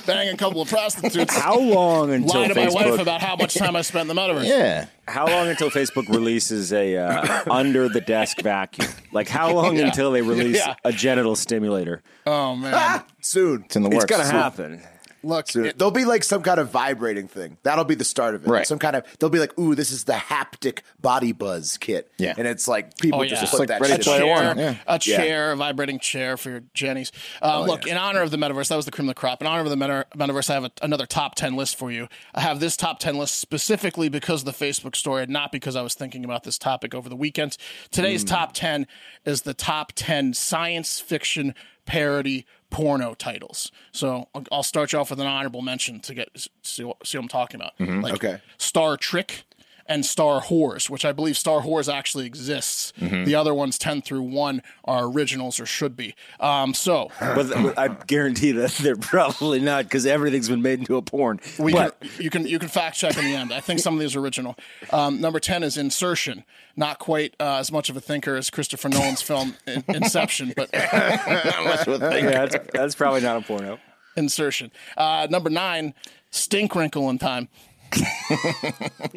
Speaker 2: bang a couple of prostitutes.
Speaker 3: [laughs] how long until
Speaker 2: Lie to my wife
Speaker 3: Facebook?
Speaker 2: about how much time I spent in the metaverse.
Speaker 4: yeah.
Speaker 3: [laughs] how long until Facebook releases a uh, [laughs] under the desk vacuum? Like how long until [laughs] they release
Speaker 2: Yeah.
Speaker 3: a genital stimulator?
Speaker 2: Oh man,
Speaker 4: [laughs]
Speaker 1: Soon.
Speaker 4: It's in the works.
Speaker 3: it's gonna happen.
Speaker 2: look,
Speaker 1: Dude,
Speaker 2: it-
Speaker 1: there'll be like some kind of vibrating thing. That'll be the start of it.
Speaker 4: Right.
Speaker 1: Some kind of they'll be like, ooh, this is the haptic body buzz kit.
Speaker 4: Yeah.
Speaker 1: And it's like people
Speaker 2: Oh, yeah.
Speaker 1: just
Speaker 2: Just
Speaker 1: put
Speaker 4: like
Speaker 1: that
Speaker 4: Ready
Speaker 2: a
Speaker 1: shit. Oh,
Speaker 4: Player
Speaker 2: chair,
Speaker 4: One, yeah.
Speaker 2: a chair, a vibrating chair for your jennies. Um, look, in honor of the metaverse, that was the cream of the crop. In honor of the meta- metaverse, I have a, another top ten list for you. I have this top ten list specifically because of the Facebook story, and not because I was thinking about this topic over the weekend. Today's top ten is the top ten science fiction parody porno titles. So I'll, I'll start you off with an honorable mention to get see what, see what I'm talking about. Like
Speaker 1: Okay.
Speaker 2: Star Trick and Star Whores, which I believe Star Whores actually exists.
Speaker 3: Mm-hmm.
Speaker 2: The other ones, 10 through 1, are originals or should be. Um, so
Speaker 3: But th- I guarantee that they're probably not because everything's been made into a porn.
Speaker 2: we can,
Speaker 3: But-
Speaker 2: you can you can fact check in the end. I think some of these are original. Um, number 10 is Insertion. Not quite uh, as much of a thinker as Christopher Nolan's film
Speaker 3: [laughs]
Speaker 2: In- Inception, but
Speaker 3: yeah, that's, that's probably not a porno.
Speaker 2: Insertion. Uh, number 9, Stink Wrinkle in Time.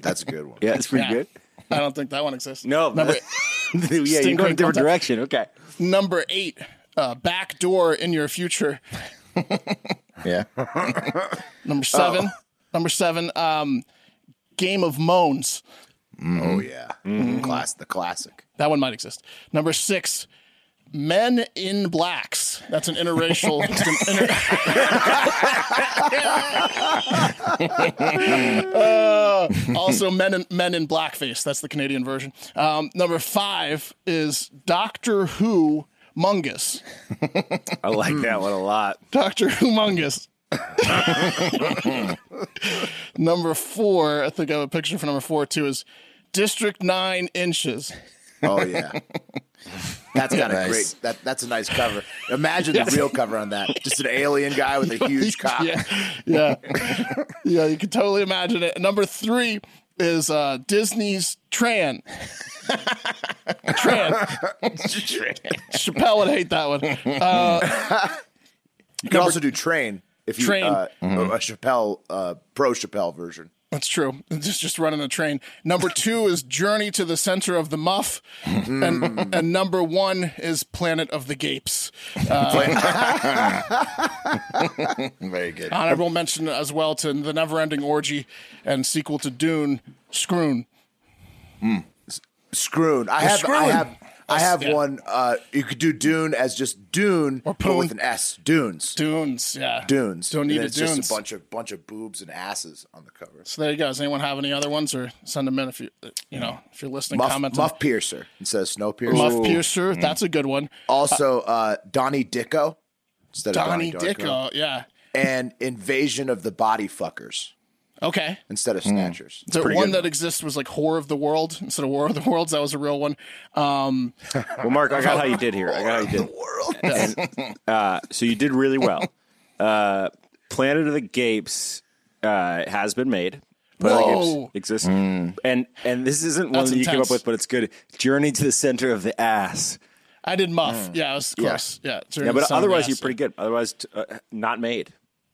Speaker 1: That's a good one.
Speaker 3: Yeah, it's pretty
Speaker 2: Yeah.
Speaker 3: good.
Speaker 2: I don't think that one exists.
Speaker 3: No,
Speaker 2: Number,
Speaker 3: [laughs] yeah, you're
Speaker 2: Sting
Speaker 3: going a
Speaker 2: Ray
Speaker 3: different
Speaker 2: Delta.
Speaker 3: direction. Okay.
Speaker 2: number 8, uh, Back Door in Your Future.
Speaker 4: Yeah.
Speaker 2: [laughs] Number seven. Number seven. Um, Game of Moans.
Speaker 1: Oh
Speaker 4: Mm-hmm.
Speaker 1: yeah. Class the classic.
Speaker 2: That one might exist. Number six. Men in Blacks. That's an interracial. it's an inter- [laughs] Uh, also, Men in Men in Blackface. That's the Canadian version. Um, number five is Doctor Who Mungus.
Speaker 3: I like that one a lot.
Speaker 1: [laughs]
Speaker 2: Doctor Humongous. number four, I think I have a picture for number four too, is District Nine Inches.
Speaker 1: Oh
Speaker 4: [laughs]
Speaker 1: yeah. That's got
Speaker 4: Nice.
Speaker 1: a great that that's a nice cover. Imagine the real cover on that. Just an alien guy
Speaker 4: [laughs]
Speaker 1: with a
Speaker 2: [laughs]
Speaker 1: huge cock.
Speaker 2: Yeah. Yeah. yeah, you can totally imagine it. Number three is uh, Disney's
Speaker 1: [laughs]
Speaker 2: Tran. Tran. Chappelle would hate that one. Uh,
Speaker 1: You could also do train if you
Speaker 2: Train.
Speaker 1: uh,
Speaker 4: Mm-hmm.
Speaker 1: a Chappelle uh, pro Chappelle version.
Speaker 2: that's true. [laughs] Just just running a train. Number [laughs] two is Journey to the Center of the Muff,
Speaker 1: Hmm.
Speaker 2: and and number one is Planet of
Speaker 1: [laughs]
Speaker 2: the Gapes.
Speaker 1: [laughs]
Speaker 4: Very good.
Speaker 2: Uh, Honorable mention as well to the never ending orgy and sequel to Dune, Scroon.
Speaker 1: Scroon. I have I
Speaker 2: Scroon.
Speaker 1: have I have
Speaker 2: yeah.
Speaker 1: one uh, you could do Dune as just Dune
Speaker 2: Or
Speaker 1: but with
Speaker 2: Poon.
Speaker 1: an S. Dunes.
Speaker 2: Dunes, yeah.
Speaker 1: dunes.
Speaker 2: Don't
Speaker 1: And
Speaker 2: need
Speaker 1: then
Speaker 2: a
Speaker 1: it's
Speaker 2: dunes.
Speaker 1: Just a bunch of bunch of boobs and asses on the cover.
Speaker 2: so there you go. Does anyone have any other ones or send them in if you you know if you're listening,
Speaker 1: Muff,
Speaker 2: comment
Speaker 1: Muff Piercer instead of Snow Piercer. Hmm.
Speaker 2: on Muff Piercer, that's a good one.
Speaker 1: Also, uh, Donnie Dicko instead
Speaker 2: Donnie
Speaker 1: of Donnie Darko.
Speaker 2: Dicko, yeah.
Speaker 1: And Invasion of the Body Fuckers.
Speaker 2: Okay.
Speaker 1: instead of snatchers.
Speaker 2: The one that exists was like Horror of the World instead of War of the [laughs] Worlds. That was a real one. Um,
Speaker 3: Well, Mark, I got how you did here. I got how you did. And, uh, so you did really well. Uh, Planet of the Gapes uh, has been made. Planet of the
Speaker 2: Whoa.
Speaker 3: Gapes exists, and and this isn't one
Speaker 2: That's
Speaker 3: that you came up
Speaker 2: intense.
Speaker 3: with, but it's good. Journey to the Center of the Ass.
Speaker 2: I did Muff. Yeah, it was close. Yeah.
Speaker 3: Yeah, but otherwise you're pretty good. Otherwise, t- uh, not made.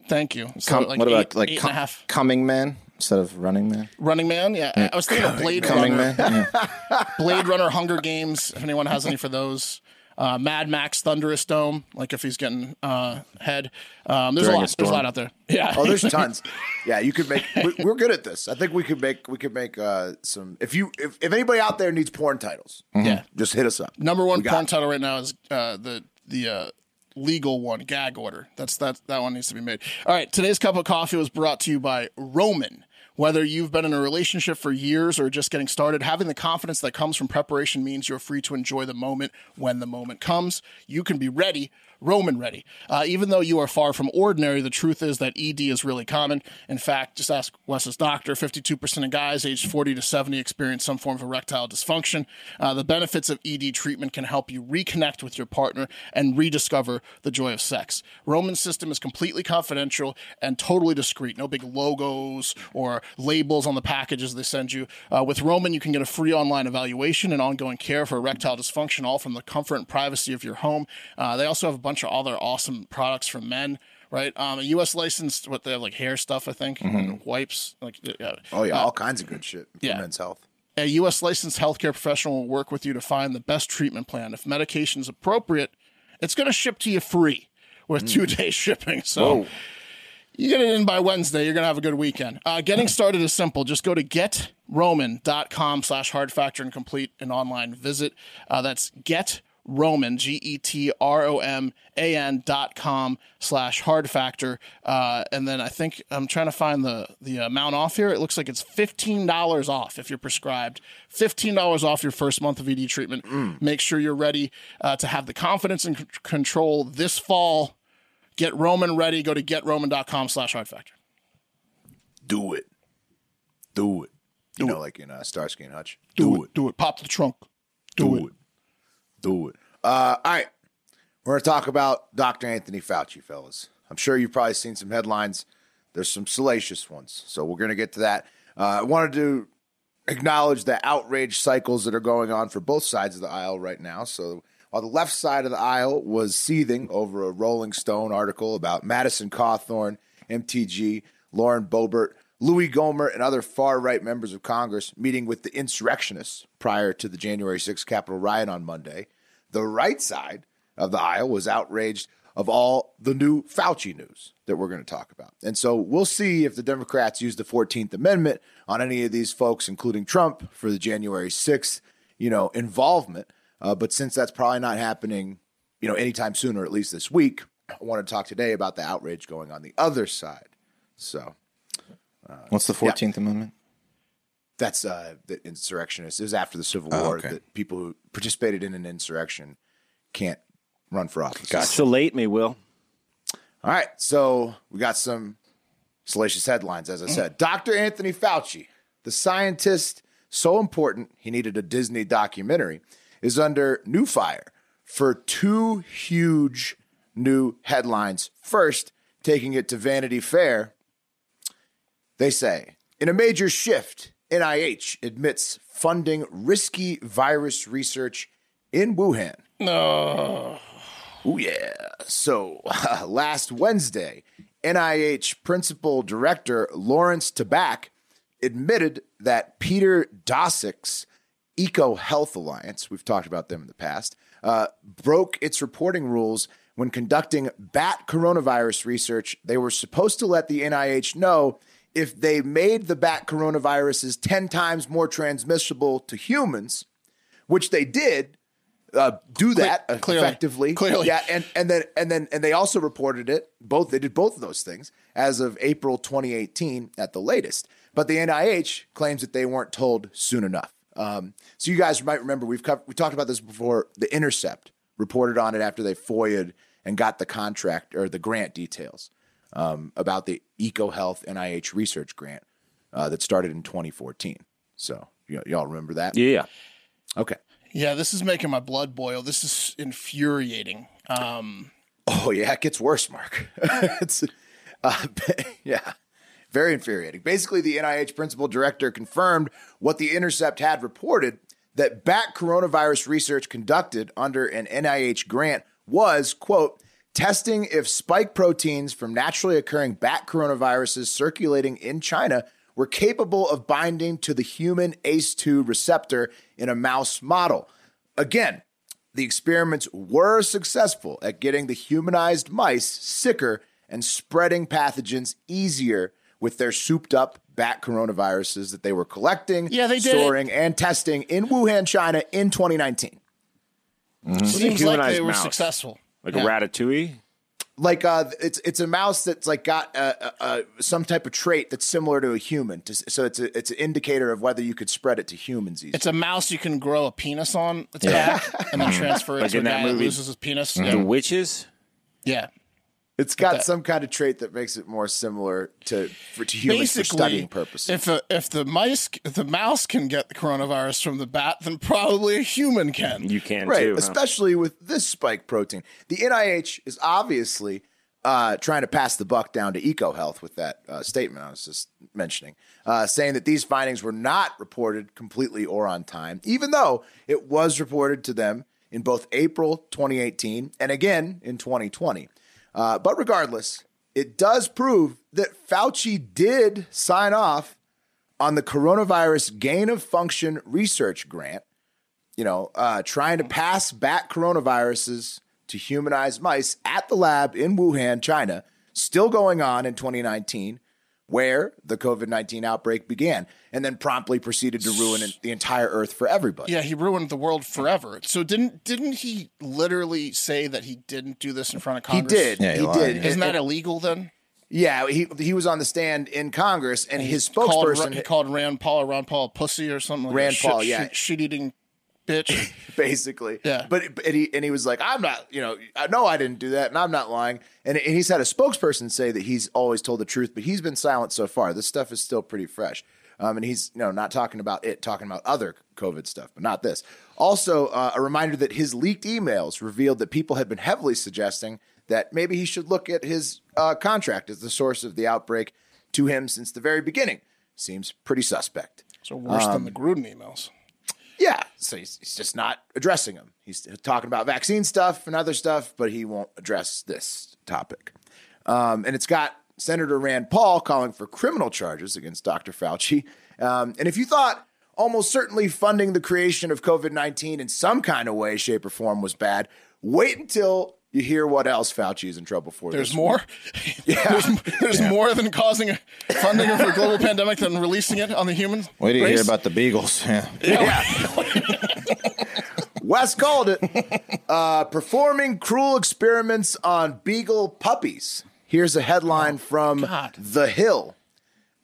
Speaker 2: Thank you. So
Speaker 4: Com-
Speaker 2: like
Speaker 4: what about
Speaker 2: eight-
Speaker 4: like
Speaker 2: eight and
Speaker 4: com-
Speaker 2: a half.
Speaker 4: coming man instead of running man?
Speaker 2: Running Man? Yeah. I- I was thinking of Blade
Speaker 4: Coming
Speaker 2: Runner.
Speaker 4: man. Yeah.
Speaker 2: Blade Runner, Hunger Games. If anyone has any for those, uh, Mad Max, Thunderous Dome. Like if he's getting uh, head. Um, there's
Speaker 3: During a
Speaker 2: a lot. There's a lot
Speaker 3: storm.
Speaker 2: out there. Yeah.
Speaker 1: Oh,
Speaker 2: [laughs]
Speaker 1: there's tons. Yeah, you could make. we- We're good at this. I think we could make. We could make uh, some. If you, if, if anybody out there needs porn titles,
Speaker 2: Yeah.
Speaker 1: just hit us up.
Speaker 2: Number one
Speaker 1: We got
Speaker 2: porn
Speaker 1: it.
Speaker 2: title right now is uh, the the uh, legal one, gag order. That's that that one needs to be made. All right, today's cup of coffee was brought to you by Roman. Whether you've been in a relationship for years or just getting started, having the confidence that comes from preparation means you're free to enjoy the moment when the moment comes. You can be ready, Roman ready. Uh, even though you are far from ordinary, the truth is that ED is really common. In fact, just ask Wes's doctor 52% of guys aged 40 to 70 experience some form of erectile dysfunction. Uh, the benefits of ED treatment can help you reconnect with your partner and rediscover the joy of sex. Roman's system is completely confidential and totally discreet. No big logos or labels on the packages they send you. Uh, with Roman, you can get a free online evaluation and ongoing care for erectile dysfunction, all from the comfort and privacy of your home. Uh, they also have a bunch of other awesome products for men. Right, um, a U.S. licensed what they have like hair stuff, I think, and wipes. Like, yeah.
Speaker 1: Oh yeah, all kinds of good shit for
Speaker 2: yeah.
Speaker 1: men's health.
Speaker 2: A U.S. licensed healthcare professional will work with you to find the best treatment plan. If medication is appropriate, it's going to ship to you free with two day [laughs] shipping. So you get it in by Wednesday, you're going to have a good weekend. Uh, getting started is simple. Just go to getroman.com slash hard factor and complete an online visit. Uh, that's getroman, G E T R O M A N dot com slash hard factor. Uh, and then I think I'm trying to find the, the amount off here. It looks like it's $15 off if you're prescribed, $15 off your first month of ED treatment. Make sure you're ready uh, to have the confidence and c- control this fall get Roman ready. Go to getroman.com slash hard factor.
Speaker 1: Do it. Do it. you know, like in uh, Starsky and Hutch. Do, it.
Speaker 2: Do it. Pop the trunk. Do, it.
Speaker 1: Do it. Uh, all right. We're going to talk about Dr. Anthony Fauci, fellas. I'm sure you've probably seen some headlines. There's some salacious ones. So we're going to get to that. Uh, I wanted to acknowledge the outrage cycles that are going on for both sides of the aisle right now. So while the left side of the aisle was seething over a Rolling Stone article about Madison Cawthorn, MTG, Lauren Boebert, Louis Gohmert, and other far right members of Congress meeting with the insurrectionists prior to the January 6th Capitol riot on Monday, the right side of the aisle was outraged of all the new Fauci news that we're going to talk about. And so we'll see if the Democrats use the 14th Amendment on any of these folks, including Trump, for the January 6th, you know, involvement. Uh, but since that's probably not happening, you know, anytime soon or at least this week, I want to talk today about the outrage going on the other side. So
Speaker 4: What's the Fourteenth Amendment?
Speaker 1: that's uh, the insurrectionists. It was after the Civil War
Speaker 4: okay.
Speaker 1: that people who participated in an insurrection can't run for office.
Speaker 3: Salate me, Will.
Speaker 1: All right, so we got some salacious headlines, as I said. Dr. Anthony Fauci, the scientist so important he needed a Disney documentary, is under new fire for two huge new headlines. First, taking it to Vanity Fair, they say, in a major shift, NIH admits funding risky virus research in Wuhan. Oh, yeah. So [laughs] last Wednesday, NIH Principal Director Lawrence Tabak admitted that Peter Daszak's Eco Health Alliance, we've talked about them in the past, uh, broke its reporting rules when conducting bat coronavirus research. They were supposed to let the NIH know if they made the bat coronaviruses 10 times more transmissible to humans, which they did uh, do that
Speaker 2: clearly.
Speaker 1: effectively.
Speaker 2: Clearly.
Speaker 1: Yeah, and and then and then and they also reported it both they did both of those things as of April 2018 at the latest. But the NIH claims that they weren't told soon enough. Um, so you guys might remember we've cov- we talked about this before. The Intercept reported on it after they foia and got the contract or the grant details um, about the EcoHealth NIH research grant uh, that started in 2014. So y- y'all remember that?
Speaker 3: Yeah.
Speaker 1: Okay.
Speaker 2: Yeah, this is making my blood boil. This is infuriating. Um,
Speaker 1: Oh yeah, it gets worse, Mark. [laughs] it's uh, [laughs] yeah, very infuriating. Basically, the NIH principal director confirmed what the Intercept had reported that bat coronavirus research conducted under an NIH grant was quote testing if spike proteins from naturally occurring bat coronaviruses circulating in China were capable of binding to the human ACE2 receptor in a mouse model. Again, the experiments were successful at getting the humanized mice sicker and spreading pathogens easier with their souped up bat coronaviruses that they were collecting,
Speaker 2: Yeah, they did it.
Speaker 1: storing, and testing in Wuhan, China in 2019. Mm.
Speaker 2: seems like they
Speaker 3: Humanized
Speaker 2: were
Speaker 3: mouse.
Speaker 2: successful.
Speaker 3: Like
Speaker 2: Yeah.
Speaker 3: a ratatouille.
Speaker 1: Like uh, it's it's a mouse that's like got uh, uh, uh, some type of trait that's similar to a human, to, so it's a, it's an indicator of whether you could spread it to humans easily.
Speaker 2: It's a mouse you can grow a penis on its back and then
Speaker 1: Mm-hmm.
Speaker 2: transfer it to a
Speaker 3: in that
Speaker 2: guy that
Speaker 3: movie.
Speaker 2: loses his penis.
Speaker 3: The
Speaker 2: Yeah.
Speaker 3: witches.
Speaker 2: yeah.
Speaker 1: it's got some kind of trait that makes it more similar to for, to humans
Speaker 2: Basically,
Speaker 1: for studying purposes.
Speaker 2: if a, if the mice c- if the mouse can get the coronavirus from the bat, then probably a human can.
Speaker 3: You can
Speaker 1: right,
Speaker 3: too. huh?
Speaker 1: especially with this spike protein. The NIH is obviously uh, trying to pass the buck down to EcoHealth with that uh, statement I was just mentioning, uh, saying that these findings were not reported completely or on time, even though it was reported to them in both April 2018 and again in 2020. Uh, but regardless, it does prove that Fauci did sign off on the coronavirus gain of function research grant you know, uh, trying to pass bat coronaviruses to humanized mice at the lab in Wuhan, China, still going on in 2019, where the COVID 19 outbreak began, and then promptly proceeded to ruin the entire Earth for everybody.
Speaker 2: Yeah, he ruined the world forever. So didn't didn't he literally say that he didn't do this in front of
Speaker 1: He
Speaker 2: Congress?
Speaker 1: did.
Speaker 4: Yeah,
Speaker 1: he
Speaker 4: you're lying.
Speaker 1: did.
Speaker 2: Isn't that illegal then?
Speaker 1: Yeah, he he was on the stand in Congress, and his
Speaker 2: Called,
Speaker 1: spokesperson
Speaker 2: Ra- he called Rand Paul or Ron Paul a pussy or something. Like
Speaker 1: Rand
Speaker 2: that. Shit-
Speaker 1: Paul, yeah.
Speaker 2: shit- shit eating
Speaker 1: [coughs] [laughs]
Speaker 2: bitch.
Speaker 1: basically.
Speaker 2: Yeah.
Speaker 1: But but- and he and he was like, I'm not, you know, I know I didn't do that, and I'm not lying. And, and he's had a spokesperson say that he's always told the truth, but he's been silent so far. This stuff is still pretty fresh. Um, and he's you know not talking about it, talking about other COVID stuff, but not this. Also, uh, a reminder that his leaked emails revealed that people had been heavily suggesting that maybe he should look at his uh, contract as the source of the outbreak to him since the very beginning. Seems pretty suspect.
Speaker 2: so worse than the
Speaker 1: Um,
Speaker 2: Gruden emails.
Speaker 1: Yeah. So he's, he's just not addressing them. He's talking about vaccine stuff and other stuff, but he won't address this topic. Um, and it's got Senator Rand Paul calling for criminal charges against Dr. Fauci. Um, and if you thought almost certainly funding the creation of COVID 19 in some kind of way, shape, or form was bad, wait until you hear what else Fauci is in trouble for.
Speaker 2: There's
Speaker 1: this [laughs]
Speaker 2: more. there's there's more than causing a funding for a global pandemic than releasing it on the humans.
Speaker 4: Wait to
Speaker 2: race.
Speaker 4: hear about the Beagles. [laughs] Yeah.
Speaker 1: Wes called it uh, performing cruel experiments on beagle puppies. Here's a headline from
Speaker 2: God.
Speaker 1: The Hill.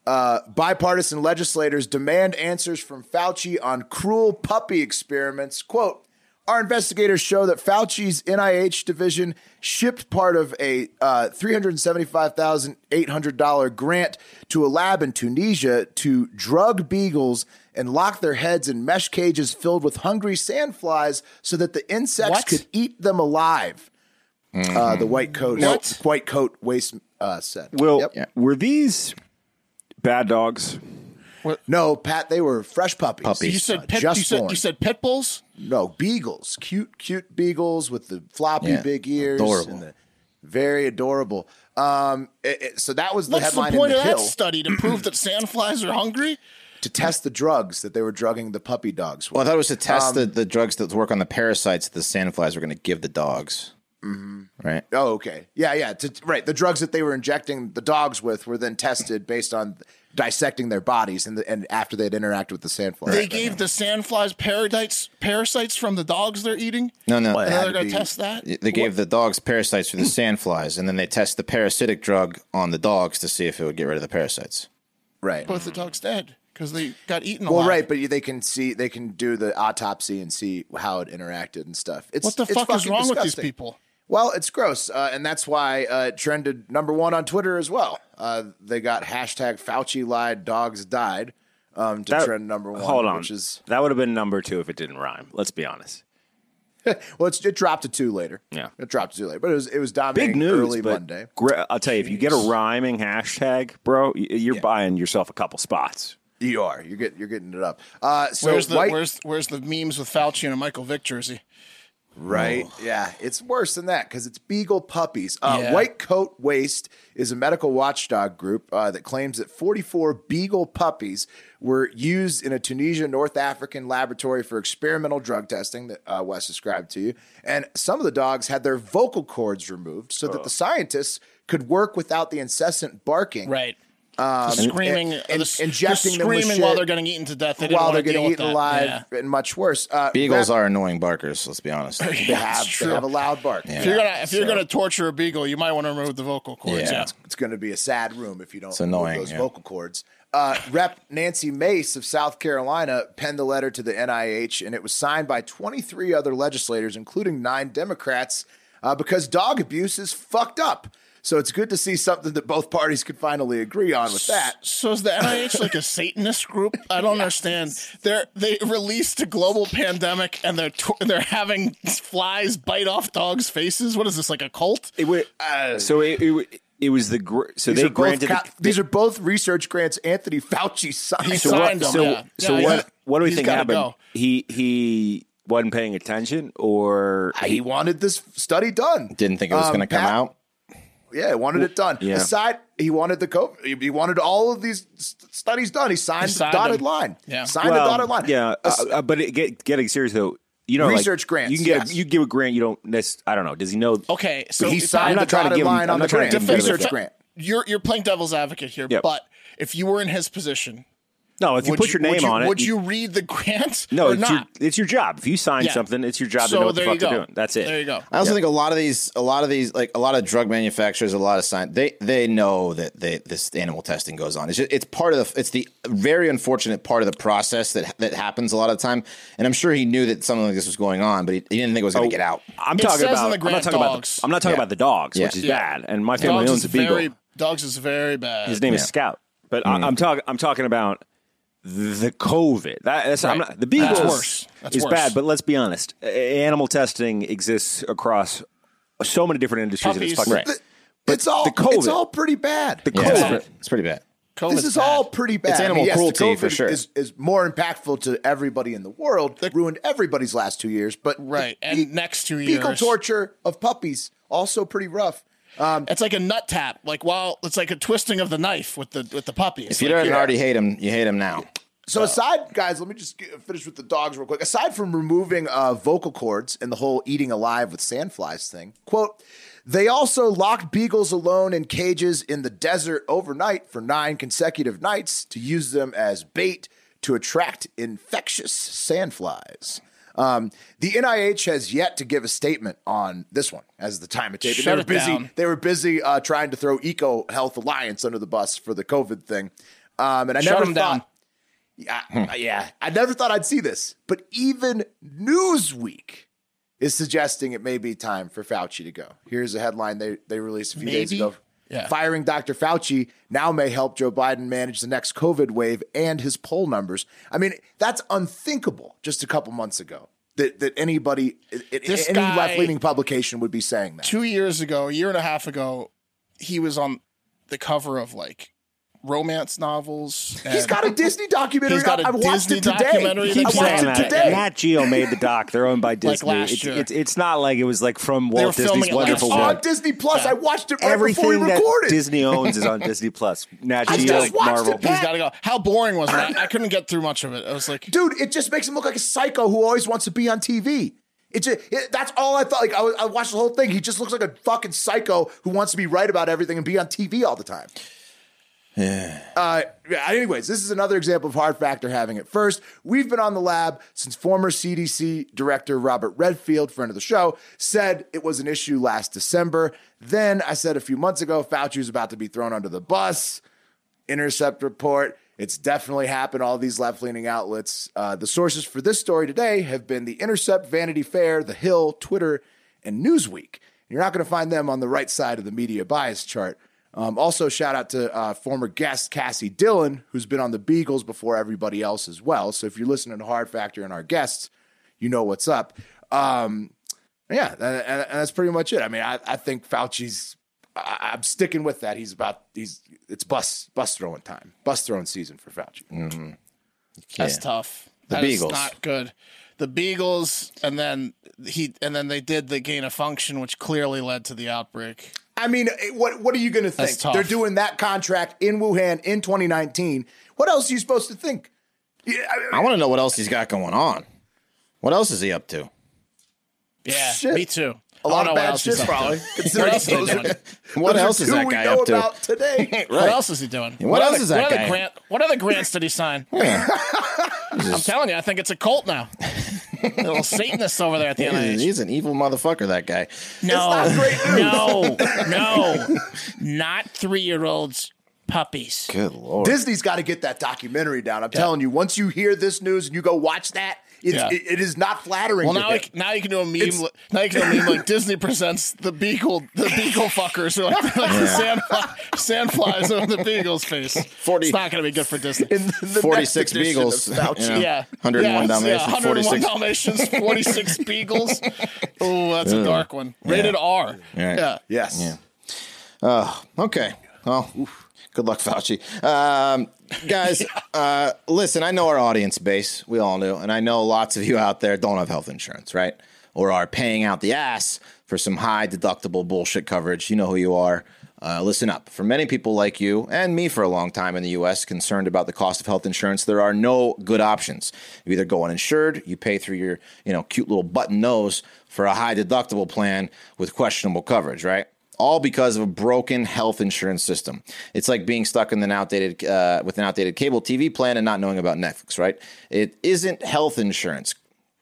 Speaker 1: Uh, bipartisan legislators demand answers from Fauci on cruel puppy experiments. Quote, our investigators show that Fauci's NIH division shipped part of a uh, $375,800 grant to a lab in Tunisia to drug beagles and lock their heads in mesh cages filled with hungry sandflies so that the insects
Speaker 2: What?
Speaker 1: could eat them alive. Uh, the white coat,
Speaker 2: What?
Speaker 1: white coat waste uh, said.
Speaker 3: Will
Speaker 1: Yep.
Speaker 3: were these bad dogs?
Speaker 1: No, Pat, they were fresh puppies.
Speaker 4: Puppies.
Speaker 2: You
Speaker 1: Uh,
Speaker 2: said pit,
Speaker 1: just
Speaker 2: you said
Speaker 1: born.
Speaker 2: you said pit bulls.
Speaker 1: no beagles, cute, cute beagles with the floppy
Speaker 4: Yeah.
Speaker 1: big ears,
Speaker 4: Adorable.
Speaker 1: and the, very adorable. Um, it- it- so that was the
Speaker 2: What's the
Speaker 1: headline
Speaker 2: point
Speaker 1: in
Speaker 2: of
Speaker 1: the
Speaker 2: that
Speaker 1: Hill
Speaker 2: study to prove that sandflies are hungry?
Speaker 1: to test the drugs that they were drugging the puppy dogs with.
Speaker 4: Well, I thought it was to test the, the drugs that work on the parasites that the sandflies were going to give the dogs. Right?
Speaker 1: Oh, okay. Yeah, yeah. To, right. The drugs that they were injecting the dogs with were then tested based on dissecting their bodies and the, and after they'd interacted with the sandflies.
Speaker 2: They gave the sandflies parasites parasites from the dogs they're eating.
Speaker 4: No, no.
Speaker 2: and
Speaker 1: had to
Speaker 2: now they're going
Speaker 1: be-
Speaker 2: to test that.
Speaker 4: They gave the dogs parasites for the sandflies, and then they test the parasitic drug on the dogs to see if it would get rid of the parasites.
Speaker 1: right.
Speaker 2: Both the dogs dead because they got eaten.
Speaker 1: Well,
Speaker 2: alive.
Speaker 1: right, but they can see they can do the autopsy and see how it interacted and stuff. It's
Speaker 2: What the
Speaker 1: it's
Speaker 2: fuck is
Speaker 1: fucking
Speaker 2: wrong with these
Speaker 1: disgusting.
Speaker 2: people?
Speaker 1: Well, it's gross, uh, and that's why uh, it trended number one on Twitter as well. Uh, they got hashtag Fauci lied, dogs died um, to
Speaker 3: That-
Speaker 1: trend number one.
Speaker 3: Hold on,
Speaker 1: which is
Speaker 3: that would have been number two if it didn't rhyme. Let's be honest.
Speaker 1: well, it's, it dropped to two later.
Speaker 3: Yeah.
Speaker 1: it dropped to two later, but it was it was
Speaker 3: Big
Speaker 1: dominating
Speaker 3: news,
Speaker 1: early
Speaker 3: but
Speaker 1: Monday.
Speaker 3: gra- I'll tell you, if you get a rhyming hashtag, bro, y- you're buying yourself a couple spots.
Speaker 1: You are you're getting you're getting it up. Uh, so
Speaker 2: Where's the
Speaker 1: White-
Speaker 2: where's where's the memes with Fauci and Michael Vick jersey?
Speaker 1: Right. Yeah. It's worse than that because it's beagle puppies. Uh,
Speaker 2: Yeah.
Speaker 1: White Coat Waste is a medical watchdog group uh, that claims that 44 beagle puppies were used in a Tunisia North African laboratory for experimental drug testing that uh, Wes described to you. And some of the dogs had their vocal cords removed so that the scientists could work without the incessant barking.
Speaker 2: Right. Um, screaming,
Speaker 1: and- and
Speaker 2: the s-
Speaker 1: injecting
Speaker 2: the
Speaker 1: them with
Speaker 2: screaming while
Speaker 1: shit
Speaker 2: they're getting eaten to death. They didn't
Speaker 1: While they're
Speaker 2: wanna deal
Speaker 1: getting
Speaker 2: with
Speaker 1: eaten
Speaker 2: that.
Speaker 1: alive
Speaker 2: Yeah.
Speaker 1: and much worse. Uh,
Speaker 4: Beagles
Speaker 1: rap-
Speaker 4: are annoying barkers. Let's be honest.
Speaker 1: They have, they
Speaker 2: true.
Speaker 1: have a loud bark.
Speaker 2: If you're gonna if you're gonna torture a beagle, you might want to remove the vocal cords.
Speaker 4: Yeah.
Speaker 2: Yeah.
Speaker 1: it's going to be a sad room if you don't remove
Speaker 4: annoying,
Speaker 1: those
Speaker 4: yeah.
Speaker 1: vocal cords. Uh, Rep Nancy Mace of South Carolina penned the letter to the NIH, and it was signed by 23 other legislators, including nine Democrats, uh, because dog abuse is fucked up. So it's good to see something that both parties could finally agree on with that.
Speaker 2: So is the NIH like a Satanist group? I [laughs] don't understand. They're they released a global pandemic and they're to- they're having flies bite off dogs' faces. What is this like a cult?
Speaker 3: It would, so it, it, would- it was the gr- so
Speaker 1: These,
Speaker 3: they
Speaker 1: are both,
Speaker 3: granted
Speaker 1: co-
Speaker 3: the,
Speaker 1: these are both research grants Anthony Fauci signed.
Speaker 3: so what
Speaker 2: signed them,
Speaker 3: so,
Speaker 2: yeah.
Speaker 3: so
Speaker 2: Yeah,
Speaker 3: what
Speaker 2: yeah.
Speaker 3: what do we
Speaker 2: He's
Speaker 3: think
Speaker 2: gotta
Speaker 3: happened?
Speaker 2: go.
Speaker 3: He he wasn't paying attention, or
Speaker 1: He wanted this study done.
Speaker 4: Didn't think it was
Speaker 1: Um,
Speaker 4: going to come
Speaker 1: Pat-
Speaker 4: out.
Speaker 1: Yeah, he wanted it done.
Speaker 3: Yeah.
Speaker 1: Aside, he wanted the COVID. he- He wanted all of these st- studies done. He signed,
Speaker 2: signed
Speaker 1: the dotted
Speaker 2: them.
Speaker 1: line.
Speaker 2: Yeah.
Speaker 1: signed
Speaker 3: Well,
Speaker 1: the dotted line.
Speaker 3: Yeah, uh,
Speaker 1: As-
Speaker 3: uh, but it, get, getting serious though, you know, like,
Speaker 1: Research grants,
Speaker 3: You can get
Speaker 1: yes.
Speaker 3: a, you give a grant. You don't. nec- I don't know. Does he know?
Speaker 2: Okay, so
Speaker 1: he
Speaker 2: if-
Speaker 1: signed
Speaker 3: not
Speaker 1: the
Speaker 3: trying to
Speaker 1: dotted
Speaker 3: give him-
Speaker 1: line
Speaker 3: I'm
Speaker 1: on the
Speaker 3: not trying
Speaker 1: grant.
Speaker 3: to give him
Speaker 1: research
Speaker 3: benefit.
Speaker 1: grant.
Speaker 2: You're you're playing devil's advocate here,
Speaker 3: Yep.
Speaker 2: but if you were in his position,
Speaker 3: No, if you
Speaker 2: would
Speaker 3: put your name
Speaker 2: would you,
Speaker 3: on it,
Speaker 2: would you read the grant?
Speaker 3: No,
Speaker 2: or
Speaker 3: it's
Speaker 2: not?
Speaker 3: your it's your job. If you sign
Speaker 2: Yeah.
Speaker 3: something, it's your job
Speaker 2: so
Speaker 3: to know what the
Speaker 2: there
Speaker 3: fuck
Speaker 2: you go.
Speaker 3: you're doing. That's it.
Speaker 2: There you go.
Speaker 4: I also think a lot of these, a lot of these, like a lot of drug manufacturers, a lot of science, they they know that they, this animal testing goes on. It's just, it's part of the, it's the very unfortunate part of the process that that happens a lot of the time. And I'm sure he knew that something like this was going on, but he, he didn't think it was
Speaker 1: Oh,
Speaker 4: going to get out.
Speaker 3: I'm
Speaker 2: It
Speaker 3: talking
Speaker 2: says in
Speaker 3: about.
Speaker 2: the
Speaker 3: I'm not
Speaker 2: grant
Speaker 3: talking about.
Speaker 2: dogs.
Speaker 3: The, I'm not talking about the dogs,
Speaker 4: Yeah.
Speaker 3: which is
Speaker 2: Yeah.
Speaker 3: bad. And my family
Speaker 2: Dogs
Speaker 3: owns
Speaker 2: is
Speaker 3: a beagle.
Speaker 2: very dogs is very bad.
Speaker 3: His name is
Speaker 4: Yeah.
Speaker 3: Scout. But I, I'm talking. I'm talking about the COVID. That, that's I'm
Speaker 2: Right.
Speaker 3: not, the beagle
Speaker 2: That's
Speaker 3: is-
Speaker 2: worse. That's
Speaker 3: is
Speaker 2: worse.
Speaker 3: bad. But let's be honest. A- Animal testing exists across so many different industries. that it's
Speaker 2: Puppies.
Speaker 3: fucking
Speaker 4: Right.
Speaker 1: It's all.
Speaker 3: the COVID-
Speaker 1: It's all pretty bad.
Speaker 3: The
Speaker 4: Yeah, it's,
Speaker 3: COVID.
Speaker 4: pre- it's pretty bad.
Speaker 2: COVID's
Speaker 1: this is
Speaker 2: bad.
Speaker 1: all pretty bad.
Speaker 4: It's animal
Speaker 1: the
Speaker 4: cruelty for
Speaker 1: COVID
Speaker 4: sure.
Speaker 1: Is, is more impactful to everybody in the world. That ruined everybody's last two years. But
Speaker 2: Right,
Speaker 1: the
Speaker 2: and next two
Speaker 1: beagle
Speaker 2: years.
Speaker 1: torture of puppies also pretty rough.
Speaker 2: It's like a nut tap. Like while it's like a twisting of the knife with the with the puppy. It's
Speaker 4: If you
Speaker 2: like-
Speaker 4: didn't already hate him, you hate him now.
Speaker 1: So aside, guys, let me just get, finish with the dogs real quick. Aside from removing uh, vocal cords and the whole eating alive with sandflies thing, quote, they also locked beagles alone in cages in the desert overnight for nine consecutive nights to use them as bait to attract infectious sandflies. Um, the NIH has yet to give a statement on this one as the time of taping.
Speaker 2: Shut
Speaker 1: They were
Speaker 2: it
Speaker 1: busy.
Speaker 2: down.
Speaker 1: They were busy uh, trying to throw Eco Health Alliance under the bus for the COVID thing. Um, and I
Speaker 2: Shut
Speaker 1: never
Speaker 2: them
Speaker 1: thought
Speaker 2: down. Hmm.
Speaker 1: I- yeah, I never thought I'd see this, but even Newsweek is suggesting it may be time for Fauci to go. Here's a headline they, they released a few days
Speaker 2: Maybe?
Speaker 1: ago.
Speaker 2: Yeah.
Speaker 1: Firing Dr. Fauci now may help Joe Biden manage the next COVID wave and his poll numbers. I mean, that's unthinkable just a couple months ago that, that anybody, i- i-
Speaker 2: This
Speaker 1: any
Speaker 2: guy-
Speaker 1: left leaning publication would be saying that.
Speaker 2: two years ago, a year and a half ago, he was on the cover of like romance novels.
Speaker 1: He's
Speaker 2: and-
Speaker 1: got a Disney documentary.
Speaker 2: He's got
Speaker 1: I-
Speaker 2: a
Speaker 1: I watched
Speaker 2: Disney
Speaker 1: it today.
Speaker 2: documentary
Speaker 1: I
Speaker 2: that
Speaker 3: Keep
Speaker 2: he's
Speaker 1: watched
Speaker 3: saying
Speaker 1: it
Speaker 3: that.
Speaker 1: today.
Speaker 3: Nat Geo made the doc. They're
Speaker 1: [laughs]
Speaker 3: owned by Disney.
Speaker 2: last
Speaker 3: it's,
Speaker 2: year.
Speaker 3: it's it's not like it was like from
Speaker 2: were
Speaker 3: Walt
Speaker 2: filming
Speaker 3: Disney's
Speaker 2: it last
Speaker 1: It's
Speaker 3: Wonderful
Speaker 2: year.
Speaker 1: on
Speaker 3: World.
Speaker 1: Disney Plus. I watched it right before we
Speaker 3: Everything that
Speaker 1: recorded.
Speaker 3: Disney owns
Speaker 1: [laughs]
Speaker 3: is on Disney Plus. Nat
Speaker 1: I
Speaker 3: Geo,
Speaker 1: just watched
Speaker 3: Marvel.
Speaker 1: it,
Speaker 2: He's
Speaker 1: Pat.
Speaker 2: got to go. How boring was that? I couldn't get through much of it. I was like,
Speaker 1: dude it just makes him look like a psycho who always wants to be on tv it just, it- that's all i thought like I, was, I watched the whole thing he just looks like a fucking psycho who wants to be right about everything and be on tv all the time uh, yeah, anyways, this is another example of hard factor having it first. We've been on the lab since former CDC director Robert Redfield, friend of the show, said it was an issue last December. Then I said a few months ago, Fauci was about to be thrown under the bus. Intercept report. It's definitely happened. All these left leaning outlets. Uh, the sources for this story today have been The Intercept, Vanity Fair, The Hill, Twitter, and Newsweek. You're not going to find them on the right side of the media bias chart. Um, also, shout out to uh, former guest Cassie Dillon, who's been on the Beagles before everybody else as well. So if you're listening to Hard Factor and our guests, you know what's up. Um, yeah, and, and- and that's pretty much it. I mean, I, I think Fauci's. I, I'm sticking with that. He's about he's it's bus bus throwing time, bus throwing season for Fauci.
Speaker 2: That's
Speaker 4: Yeah.
Speaker 2: tough.
Speaker 4: The
Speaker 2: That is
Speaker 4: Beagles.
Speaker 2: not good. The Beagles, and then he, and then they did the gain of function, which clearly led to the outbreak.
Speaker 1: I mean, it- what what are you going to think?
Speaker 2: tough.
Speaker 1: They're doing that contract in Wuhan in 2019. What else are you supposed to think?
Speaker 4: I want to know what else he's got going on. What else is he up to?
Speaker 2: Yeah,
Speaker 1: Shit.
Speaker 2: me too.
Speaker 1: A
Speaker 2: I
Speaker 1: lot
Speaker 2: don't know
Speaker 1: of
Speaker 2: what
Speaker 1: bad
Speaker 2: else he's
Speaker 1: shit,
Speaker 2: up to. [laughs]
Speaker 1: probably.
Speaker 2: What
Speaker 1: Considering
Speaker 2: else is he
Speaker 1: those
Speaker 2: doing? [laughs]
Speaker 1: are-
Speaker 4: What
Speaker 1: those are
Speaker 4: else is
Speaker 1: two
Speaker 4: that
Speaker 1: we
Speaker 4: guy
Speaker 1: know
Speaker 4: up to?
Speaker 1: about today?
Speaker 2: What else is he doing? What,
Speaker 4: else
Speaker 2: other,
Speaker 4: is that
Speaker 2: what
Speaker 4: guy?
Speaker 2: Other grant, what other grants did he
Speaker 4: [laughs]
Speaker 2: sign? I'm telling you, I think it's a cult now. little Satanist over there at the
Speaker 4: He's,
Speaker 2: NIH.
Speaker 4: he's an evil motherfucker. That guy.
Speaker 2: No, no,
Speaker 4: [laughs]
Speaker 2: no, not three-year-olds, puppies.
Speaker 4: Good lord.
Speaker 1: Disney's got to get that documentary down. I'm telling you, once you hear this news and you go watch that, it's,
Speaker 2: Yeah.
Speaker 1: it, it is not flattering.
Speaker 2: Well,
Speaker 1: to
Speaker 2: now
Speaker 1: him.
Speaker 2: you, now you can do a meme. li- now you can do a meme like Disney presents the beagle, the beagle fuckers, or like, [laughs] like the sand, fly, sand flies on the beagle's face.
Speaker 4: 40
Speaker 2: It's not going to be good for Disney.
Speaker 1: in the next
Speaker 4: 46
Speaker 1: edition of
Speaker 2: [laughs]
Speaker 4: beagles.
Speaker 1: Fauci.
Speaker 4: you know,
Speaker 2: yeah,
Speaker 4: 101
Speaker 2: yeah, it's- yeah, Dalmatians,
Speaker 4: Dalmatians. 46.
Speaker 2: 46 beagles. Oh, that's a dark one. Rated R.
Speaker 4: Right.
Speaker 2: Yeah.
Speaker 1: Yes.
Speaker 4: Uh, Okay. Well, good luck, Fauci. Um, guys, uh, listen, I know our audience base. We all do. And I know lots of you out there don't have health insurance, right? Or are paying out the ass for some high deductible bullshit coverage. You know who you are. Uh, listen up. For many people like you and me for a long time in the U.S., concerned about the cost of health insurance, there are no good options. You either go uninsured, you pay through your, you know, cute little button nose for a high deductible plan with questionable coverage, right? all because of a broken health insurance system. It's like being stuck in an outdated uh, with an outdated cable TV plan and not knowing about Netflix. Right? It isn't health insurance.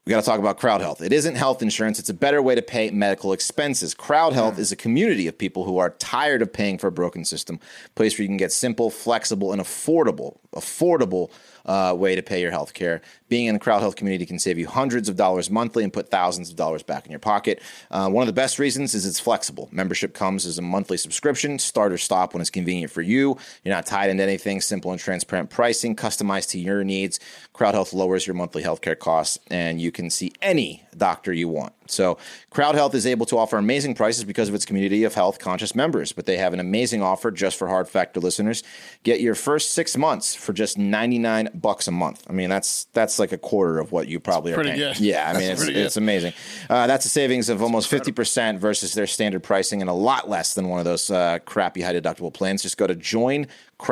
Speaker 4: We got to talk about crowd health. It isn't health insurance. It's a better way to pay medical expenses. Crowd health is a community of people who are tired of paying for a broken system. Place where you can get simple, flexible, and affordable, affordable uh, way to pay your health care. Being in the crowd health community can save you hundreds of dollars monthly and put thousands of dollars back in your pocket. Uh, one of the best reasons is it's flexible. Membership comes as a monthly subscription, start or stop when it's convenient for you. You're not tied into anything, simple and transparent pricing, customized to your needs. Crowd health lowers your monthly healthcare costs, and you can see any doctor you want. So, Crowd Health is able to offer amazing prices because of its community of health conscious members, but they have an amazing offer just for hard factor listeners. Get your first 6 months for just 99 bucks a month. I mean, that's that's like a quarter of what you probably are
Speaker 2: pretty
Speaker 4: paying.
Speaker 2: good.
Speaker 4: Yeah, I mean, it's, it's amazing. Uh, that's a savings of almost 50% versus their standard pricing and a lot less than one of those uh, crappy high deductible plans. Just go to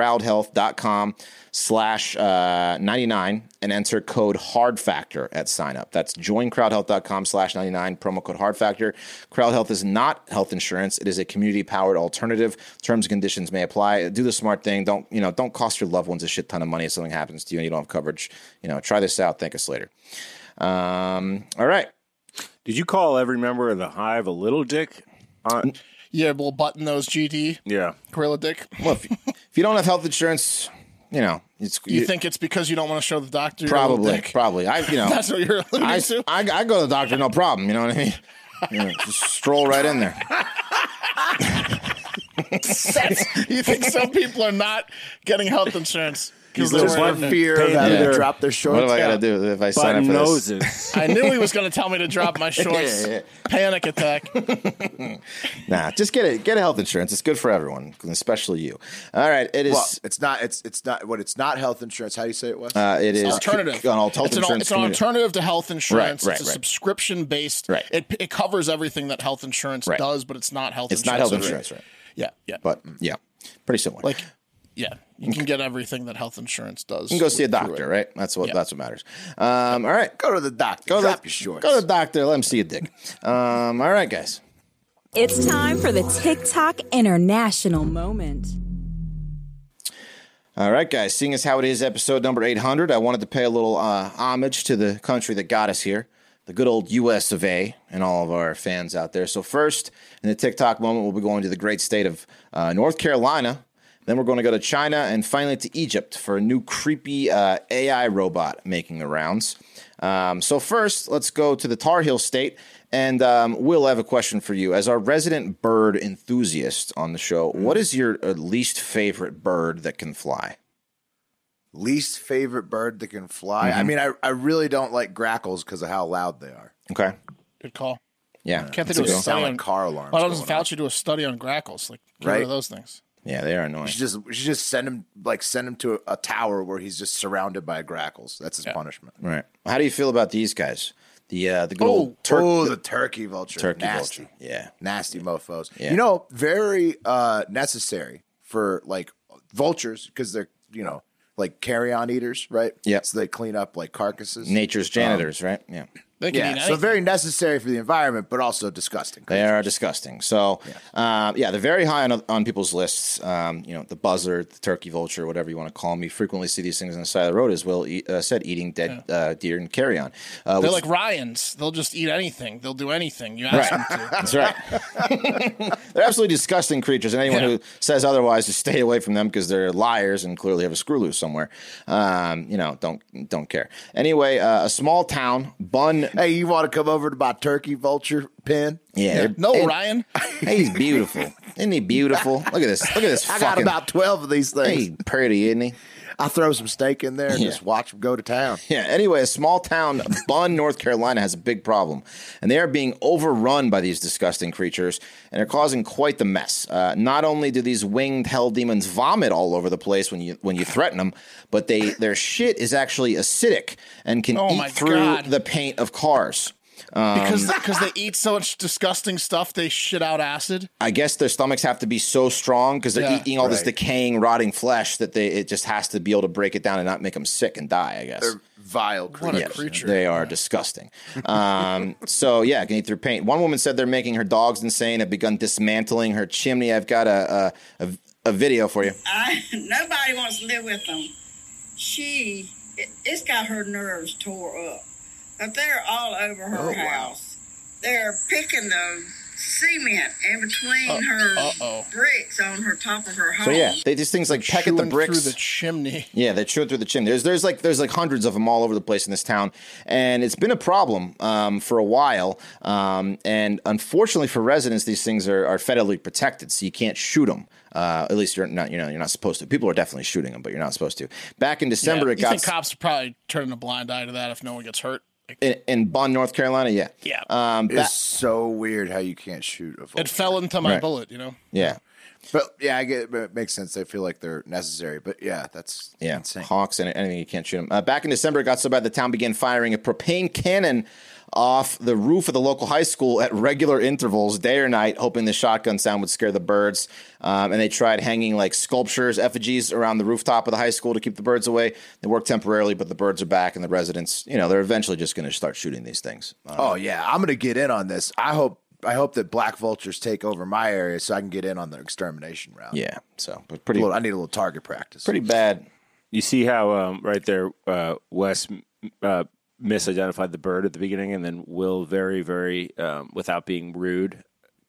Speaker 4: joincrowdhealth.com slash uh, 99 and enter code HARDFACTOR at sign up. That's joincrowdhealth.com slash 99, promo code HARDFACTOR. Crowd Health is not health insurance. It is a community-powered alternative. Terms and conditions may apply. Do the smart thing. Don't, you know, don't cost your loved ones a shit ton of money if something happens to you and you don't have coverage. You know, try this out. Thank us later. Um, all right.
Speaker 3: Did you call every member of the hive a little dick? Uh,
Speaker 2: Yeah, we'll button those GD,
Speaker 3: yeah.
Speaker 2: Gorilla Dick.
Speaker 4: Well, if, if you don't have health insurance, you know, it's
Speaker 2: You, think it's because you don't want to show the doctor? your little
Speaker 4: probably,
Speaker 2: dick?
Speaker 4: probably. I, you know,
Speaker 2: [laughs] That's what you're alluding
Speaker 4: I, [laughs]
Speaker 2: to.
Speaker 4: I, I go to the doctor, no problem. You know what I mean? [laughs] You know, just stroll right in there.
Speaker 2: [laughs] you think some people are not getting health insurance? 'Cause they're
Speaker 1: Just
Speaker 3: little
Speaker 2: worried.
Speaker 1: for
Speaker 3: button-
Speaker 1: fear of
Speaker 3: Yeah.
Speaker 1: having to
Speaker 3: Yeah.
Speaker 1: drop their
Speaker 4: What
Speaker 1: shorts.
Speaker 4: do I got to do if I sign
Speaker 3: Button
Speaker 4: up for
Speaker 3: [laughs]
Speaker 4: this?
Speaker 3: noses.
Speaker 2: I knew he was going to tell me to drop my shorts.
Speaker 4: [laughs] yeah.
Speaker 2: Panic
Speaker 4: [laughs]
Speaker 2: attack.
Speaker 4: Nah, just get it. Get a health insurance. It's good for everyone, especially you. All right, it
Speaker 1: Well,
Speaker 4: is.
Speaker 1: it's not. It's it's not what it's not health insurance. How do you say it was?
Speaker 4: uh, it is
Speaker 2: alternative.
Speaker 4: An alternative
Speaker 2: it's an,
Speaker 4: insurance
Speaker 2: it's an
Speaker 4: community.
Speaker 2: alternative to health insurance.
Speaker 4: Right, right,
Speaker 2: it's a
Speaker 4: right.
Speaker 2: subscription based.
Speaker 4: Right.
Speaker 2: It, it covers everything that health insurance
Speaker 4: Right.
Speaker 2: does, but it's not health
Speaker 4: It's not
Speaker 2: insurance.
Speaker 4: health insurance, right?
Speaker 2: Yeah, yeah.
Speaker 4: But yeah, pretty similar.
Speaker 2: like, yeah, you can get everything that health insurance does.
Speaker 4: you can go see a doctor, right? That's what.
Speaker 2: Yeah.
Speaker 4: That's what matters. Um, all right.
Speaker 1: go to the doctor.
Speaker 4: Go to,
Speaker 1: drop
Speaker 4: the,
Speaker 1: your shorts.
Speaker 4: go to the doctor. Let him see your dick. Um, all right, guys.
Speaker 6: It's time for the TikTok International Moment.
Speaker 4: All right, guys. Seeing as how it is episode number 800, I wanted to pay a little uh, homage to the country that got us here, the good old US of A, and all of our fans out there. So, first, in the TikTok moment, we'll be going to the great state of uh, North Carolina. Then we're going to go to China and finally to Egypt for a new creepy uh, AI robot making the rounds. Um, so, first, let's go to the Tar Heel State And um, Will, I have a question for you. As our resident bird enthusiast on the show,
Speaker 1: Hmm.
Speaker 4: what is your uh, least favorite bird that can fly?
Speaker 1: Least favorite bird that can fly.
Speaker 4: Mm-hmm.
Speaker 1: I mean, I, I really don't like grackles because of how loud they are.
Speaker 4: Okay.
Speaker 2: Good call.
Speaker 4: Yeah.
Speaker 2: Can't they
Speaker 4: that's
Speaker 2: do
Speaker 4: a
Speaker 2: a
Speaker 4: good one.
Speaker 2: study
Speaker 1: Sound
Speaker 2: on-
Speaker 1: like car alarms.
Speaker 2: Why doesn't
Speaker 1: going on.
Speaker 2: Fauci do a study on grackles? Like, get rid
Speaker 1: Right?
Speaker 2: of those things.
Speaker 4: Yeah, they are annoying.
Speaker 1: You should just you should just send him like send him to a, a tower where he's just surrounded by grackles. That's his punishment.
Speaker 4: Right. How do you feel about these guys? The uh, the good
Speaker 2: Oh,
Speaker 4: old Turk
Speaker 1: oh, the turkey vulture,
Speaker 4: turkey
Speaker 1: nasty,
Speaker 4: vulture. Yeah.
Speaker 1: nasty mofo's.
Speaker 4: Yeah.
Speaker 1: You know, very uh, necessary for like vultures because they're you know like carrion eaters, right?
Speaker 4: Yeah.
Speaker 1: so they clean up like carcasses.
Speaker 4: nature's janitors, right? Yeah.
Speaker 2: They can eat
Speaker 1: yeah, so
Speaker 2: anything.
Speaker 1: very necessary for the environment, but also disgusting.
Speaker 4: They are disgusting. So, yeah, yeah they're very high on, on people's lists. Um, you know, the buzzard, the turkey vulture, whatever you want to call them. You frequently see these things on the side of the road, as Will e- uh, said, eating dead uh, deer and carrion. Uh,
Speaker 2: They're
Speaker 4: which-
Speaker 2: like Ryans. They'll just eat anything. They'll do anything you ask
Speaker 4: Right.
Speaker 2: them to.
Speaker 4: [laughs] That's right. they're absolutely disgusting creatures, and anyone
Speaker 2: Yeah.
Speaker 4: who says otherwise, just stay away from them because they're liars and clearly have a screw loose somewhere. Um, you know, don't don't care. Anyway, uh, a small town, Bun.
Speaker 1: Hey, you want to come over to my turkey vulture pen?
Speaker 4: Yeah, they're-
Speaker 2: No,
Speaker 4: [laughs] and-
Speaker 2: Ryan.
Speaker 4: Hey, he's beautiful. Isn't he beautiful? Look at this. Look at this.
Speaker 1: I got
Speaker 4: fucking,
Speaker 1: about twelve of these things.
Speaker 4: Hey, pretty, isn't he?
Speaker 1: I throw some steak in there and
Speaker 4: Yeah.
Speaker 1: just watch them go to town.
Speaker 4: Yeah. Anyway, a small town, Bunn, North Carolina, has a big problem, and they are being overrun by these disgusting creatures, and they're causing quite the mess. Uh, not only do these winged hell demons vomit all over the place when you when you threaten them, but they their shit is actually acidic and can
Speaker 2: Oh my
Speaker 4: eat through
Speaker 2: God.
Speaker 4: the paint of cars.
Speaker 2: Because because they eat so much disgusting stuff, they shit out acid.
Speaker 4: I guess their stomachs have to be so strong because they're
Speaker 2: Yeah.
Speaker 4: eating all this
Speaker 1: Right.
Speaker 4: decaying, rotting flesh that they it just has to be able to break it down and not make them sick and die. I guess
Speaker 1: They're vile creatures.
Speaker 2: What a
Speaker 4: Yes,
Speaker 2: creature.
Speaker 4: They are disgusting. Um, [laughs] so yeah, I can eat through paint. One woman said they're making her dogs insane. Have begun dismantling her chimney. I've got a a, a, a video for you.
Speaker 7: I, [laughs] nobody wants to live with them. She, it, it's got her nerves tore up. But they're all over
Speaker 4: Oh,
Speaker 7: her house. They're picking the cement in between her
Speaker 2: uh-oh.
Speaker 7: bricks on her top of her home.
Speaker 4: Uh, So yeah, they these things like peck at the
Speaker 2: Chewing
Speaker 4: bricks.
Speaker 2: through the chimney.
Speaker 4: yeah, they chew it through the chimney. There's there's like there's like hundreds of them all over the place in this town, and it's been a problem um, for a while. Um, and unfortunately for residents, these things are, are federally protected, so you can't shoot them. Uh, at least you're not you know you're not supposed to. People are definitely shooting them, but you're not supposed to. Back in December,
Speaker 2: Yeah.
Speaker 4: it
Speaker 2: you
Speaker 4: got
Speaker 2: think cops are probably turning a blind eye to that if no one gets hurt. Like,
Speaker 4: in, in Bonn, North Carolina. Yeah,
Speaker 2: Yeah.
Speaker 4: Um,
Speaker 1: It's
Speaker 4: that-
Speaker 1: so weird how you can't shoot a vulture.
Speaker 2: it fell into my
Speaker 4: Right.
Speaker 2: bullet, you know?
Speaker 4: yeah,
Speaker 1: but yeah, I get it, but it makes sense. They feel like they're necessary. But yeah, that's
Speaker 4: yeah.
Speaker 1: insane.
Speaker 4: Hawks and anything you can't shoot them. Uh, back in December, it got so bad the town began firing a propane cannon off the roof of the local high school at regular intervals, day or night, hoping the shotgun sound would scare the birds. Um, and they tried hanging like sculptures, effigies around the rooftop of the high school to keep the birds away. They worked temporarily, but the birds are back, and the residents, you know, they're eventually just going to start shooting these things. Uh,
Speaker 1: Oh yeah, I'm gonna get in on this. I hope I hope that black vultures take over my area so I can get in on the extermination round.
Speaker 4: yeah, so but
Speaker 1: A
Speaker 4: pretty
Speaker 1: little- I need a little target practice.
Speaker 4: pretty bad.
Speaker 3: You see how um, right there, uh, Wes uh, misidentified the bird at the beginning, and then Will very, very, um, without being rude,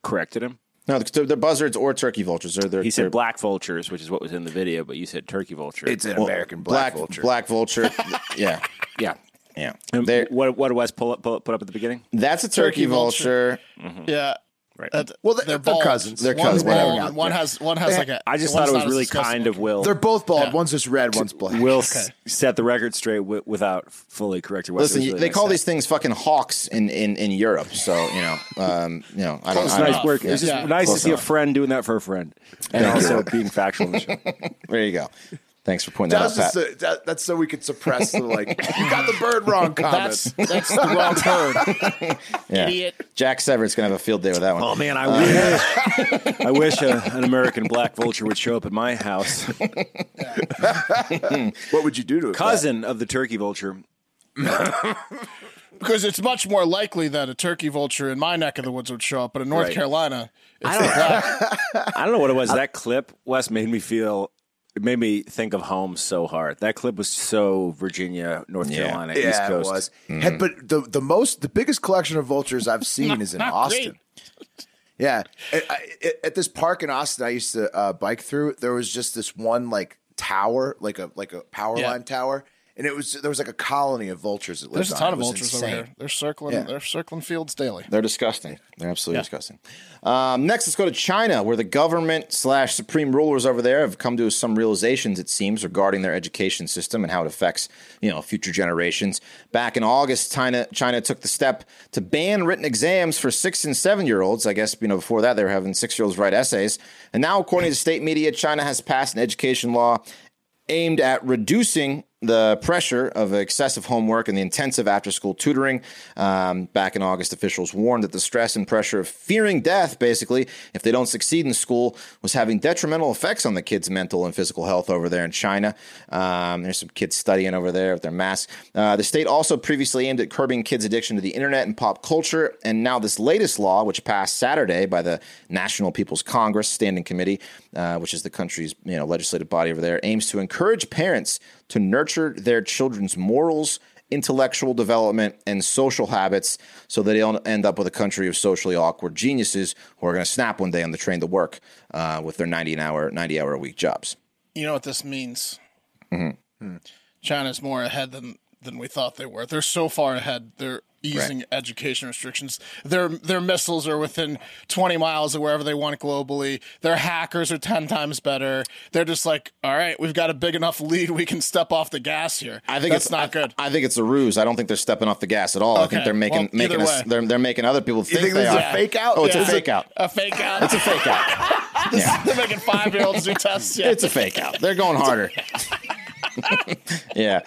Speaker 3: corrected him.
Speaker 4: No, they're, they're buzzards or turkey vultures. They're, they're,
Speaker 3: He
Speaker 4: they're-
Speaker 3: said black vultures, which is what was in the video, but you said turkey vulture.
Speaker 1: It's an
Speaker 4: Well,
Speaker 1: American black, vulture. [laughs]
Speaker 4: Black vulture. yeah.
Speaker 3: yeah.
Speaker 4: Yeah.
Speaker 3: And
Speaker 4: There-
Speaker 3: what what did Wes pull up, pull up put up at the beginning?
Speaker 4: that's a turkey,
Speaker 2: Turkey
Speaker 4: vulture.
Speaker 2: vulture. Yeah.
Speaker 3: Right.
Speaker 2: That-
Speaker 1: Well, they're- they're
Speaker 2: bald.
Speaker 1: cousins. They're
Speaker 2: One's
Speaker 4: cousins, whatever.
Speaker 2: bald, and One has one has like a.
Speaker 3: I just
Speaker 2: one's
Speaker 3: thought it was
Speaker 2: not as
Speaker 3: really
Speaker 2: disgusting. [laughs]
Speaker 3: kind of Will.
Speaker 1: They're both bald.
Speaker 2: Yeah.
Speaker 1: One's just red. One's black.
Speaker 3: [laughs] Will s- set the record straight wi- without fully correcting. Wes. It
Speaker 4: Listen,
Speaker 3: was
Speaker 4: you-
Speaker 3: really
Speaker 4: they
Speaker 3: nice
Speaker 4: call
Speaker 3: set.
Speaker 4: these things fucking hawks in, in, in Europe. So, you know, um, you know, I don't
Speaker 2: Close
Speaker 3: It's
Speaker 4: I don't
Speaker 3: nice
Speaker 2: enough.
Speaker 4: know.
Speaker 3: work. It's just
Speaker 2: Yeah.
Speaker 3: nice to
Speaker 4: Close
Speaker 3: see a
Speaker 4: enough.
Speaker 3: friend doing that for a friend, and also being factual. on the show.
Speaker 4: There you go. Thanks for pointing
Speaker 1: That
Speaker 4: that,
Speaker 1: was
Speaker 4: out,
Speaker 1: just
Speaker 4: Pat.
Speaker 1: so, that, that's so we could suppress the like you got the bird wrong comments.
Speaker 2: That's that's the wrong
Speaker 1: [laughs]
Speaker 2: bird.
Speaker 4: Yeah.
Speaker 2: Idiot.
Speaker 4: Jack Sever's going to have a field day with that one.
Speaker 3: Oh man, I
Speaker 1: Uh,
Speaker 3: wish
Speaker 1: [laughs]
Speaker 3: I wish a, an American black vulture would show up at my
Speaker 1: [laughs]
Speaker 3: house.
Speaker 1: What would you do to it?
Speaker 3: Cousin of the turkey vulture.
Speaker 2: Because it's much more likely that a turkey vulture in my neck of the woods would show up, but in North
Speaker 1: Right.
Speaker 2: Carolina, it's
Speaker 3: I don't know what it was. That clip, Wes, made me feel. It made me think of home so hard. That clip was so Virginia, North Carolina,
Speaker 1: yeah,
Speaker 3: East Coast. Mm-hmm.
Speaker 1: it was. Had- but the the most the biggest collection of vultures
Speaker 2: [laughs]
Speaker 1: I've seen is in
Speaker 2: not
Speaker 1: Austin.
Speaker 2: great.
Speaker 1: Yeah, I, I, at this park in Austin, I used to uh, bike through. There was just this one like tower, like a like a power
Speaker 2: Yeah.
Speaker 1: line tower, and it was there was like a colony of vultures that lived
Speaker 2: There's a
Speaker 1: on
Speaker 2: ton
Speaker 1: it. It
Speaker 2: of
Speaker 1: was
Speaker 2: vultures over
Speaker 1: insane.
Speaker 2: here. They're circling.
Speaker 1: Yeah.
Speaker 2: They're circling fields daily.
Speaker 4: They're disgusting. They're absolutely disgusting. Um, next, let's go to China, where the government slash supreme rulers over there have come to some realizations, it seems, regarding their education system and how it affects you know future generations. Back in August, China China took the step to ban written exams for six and seven year olds. I guess you know before that they were having six year olds write essays, and now according to state media, China has passed an education law aimed at reducing the pressure of excessive homework and the intensive after school tutoring. Um, back in August, officials warned that the stress and pressure of fearing death, basically, if they don't succeed in school, was having detrimental effects on the kids' mental and physical health over there in China. Um, there's some kids studying over there with their masks. Uh, the state also previously aimed at curbing kids' addiction to the internet and pop culture. And now, this latest law, which passed Saturday by the National People's Congress Standing Committee, uh, which is the country's you know legislative body over there, aims to encourage parents to nurture their children's morals, intellectual development, and social habits, so that they don't end up with a country of socially awkward geniuses who are going to snap one day on the train to work uh, with their ninety an hour ninety hour a week jobs.
Speaker 2: You know what this means?
Speaker 4: Mm-hmm.
Speaker 2: Hmm. China's more ahead than than we thought they were. They're so far ahead. They're easing education restrictions. Their their missiles are within 20 miles of wherever they want globally. Their hackers are 10 times better. They're just like, all right, we've got a big enough lead. We can step off the gas here.
Speaker 4: I think
Speaker 2: That's
Speaker 4: it's
Speaker 2: not
Speaker 4: I-
Speaker 2: good.
Speaker 4: I think it's a ruse. I don't think they're stepping off the gas at all. I
Speaker 2: Okay,
Speaker 4: think they're making
Speaker 2: well,
Speaker 4: making
Speaker 2: either
Speaker 4: us,
Speaker 2: way.
Speaker 4: they're they're making other people think,
Speaker 1: think
Speaker 4: they
Speaker 1: this is
Speaker 4: are
Speaker 1: a fake out?
Speaker 4: Oh, it's
Speaker 2: Yeah.
Speaker 4: a fake out.
Speaker 2: a fake out.
Speaker 4: It's a fake out.
Speaker 2: [laughs]
Speaker 1: [laughs]
Speaker 2: They're making five year olds do tests. Yeah.
Speaker 4: [laughs] It's a fake out. They're going harder. [laughs] yeah.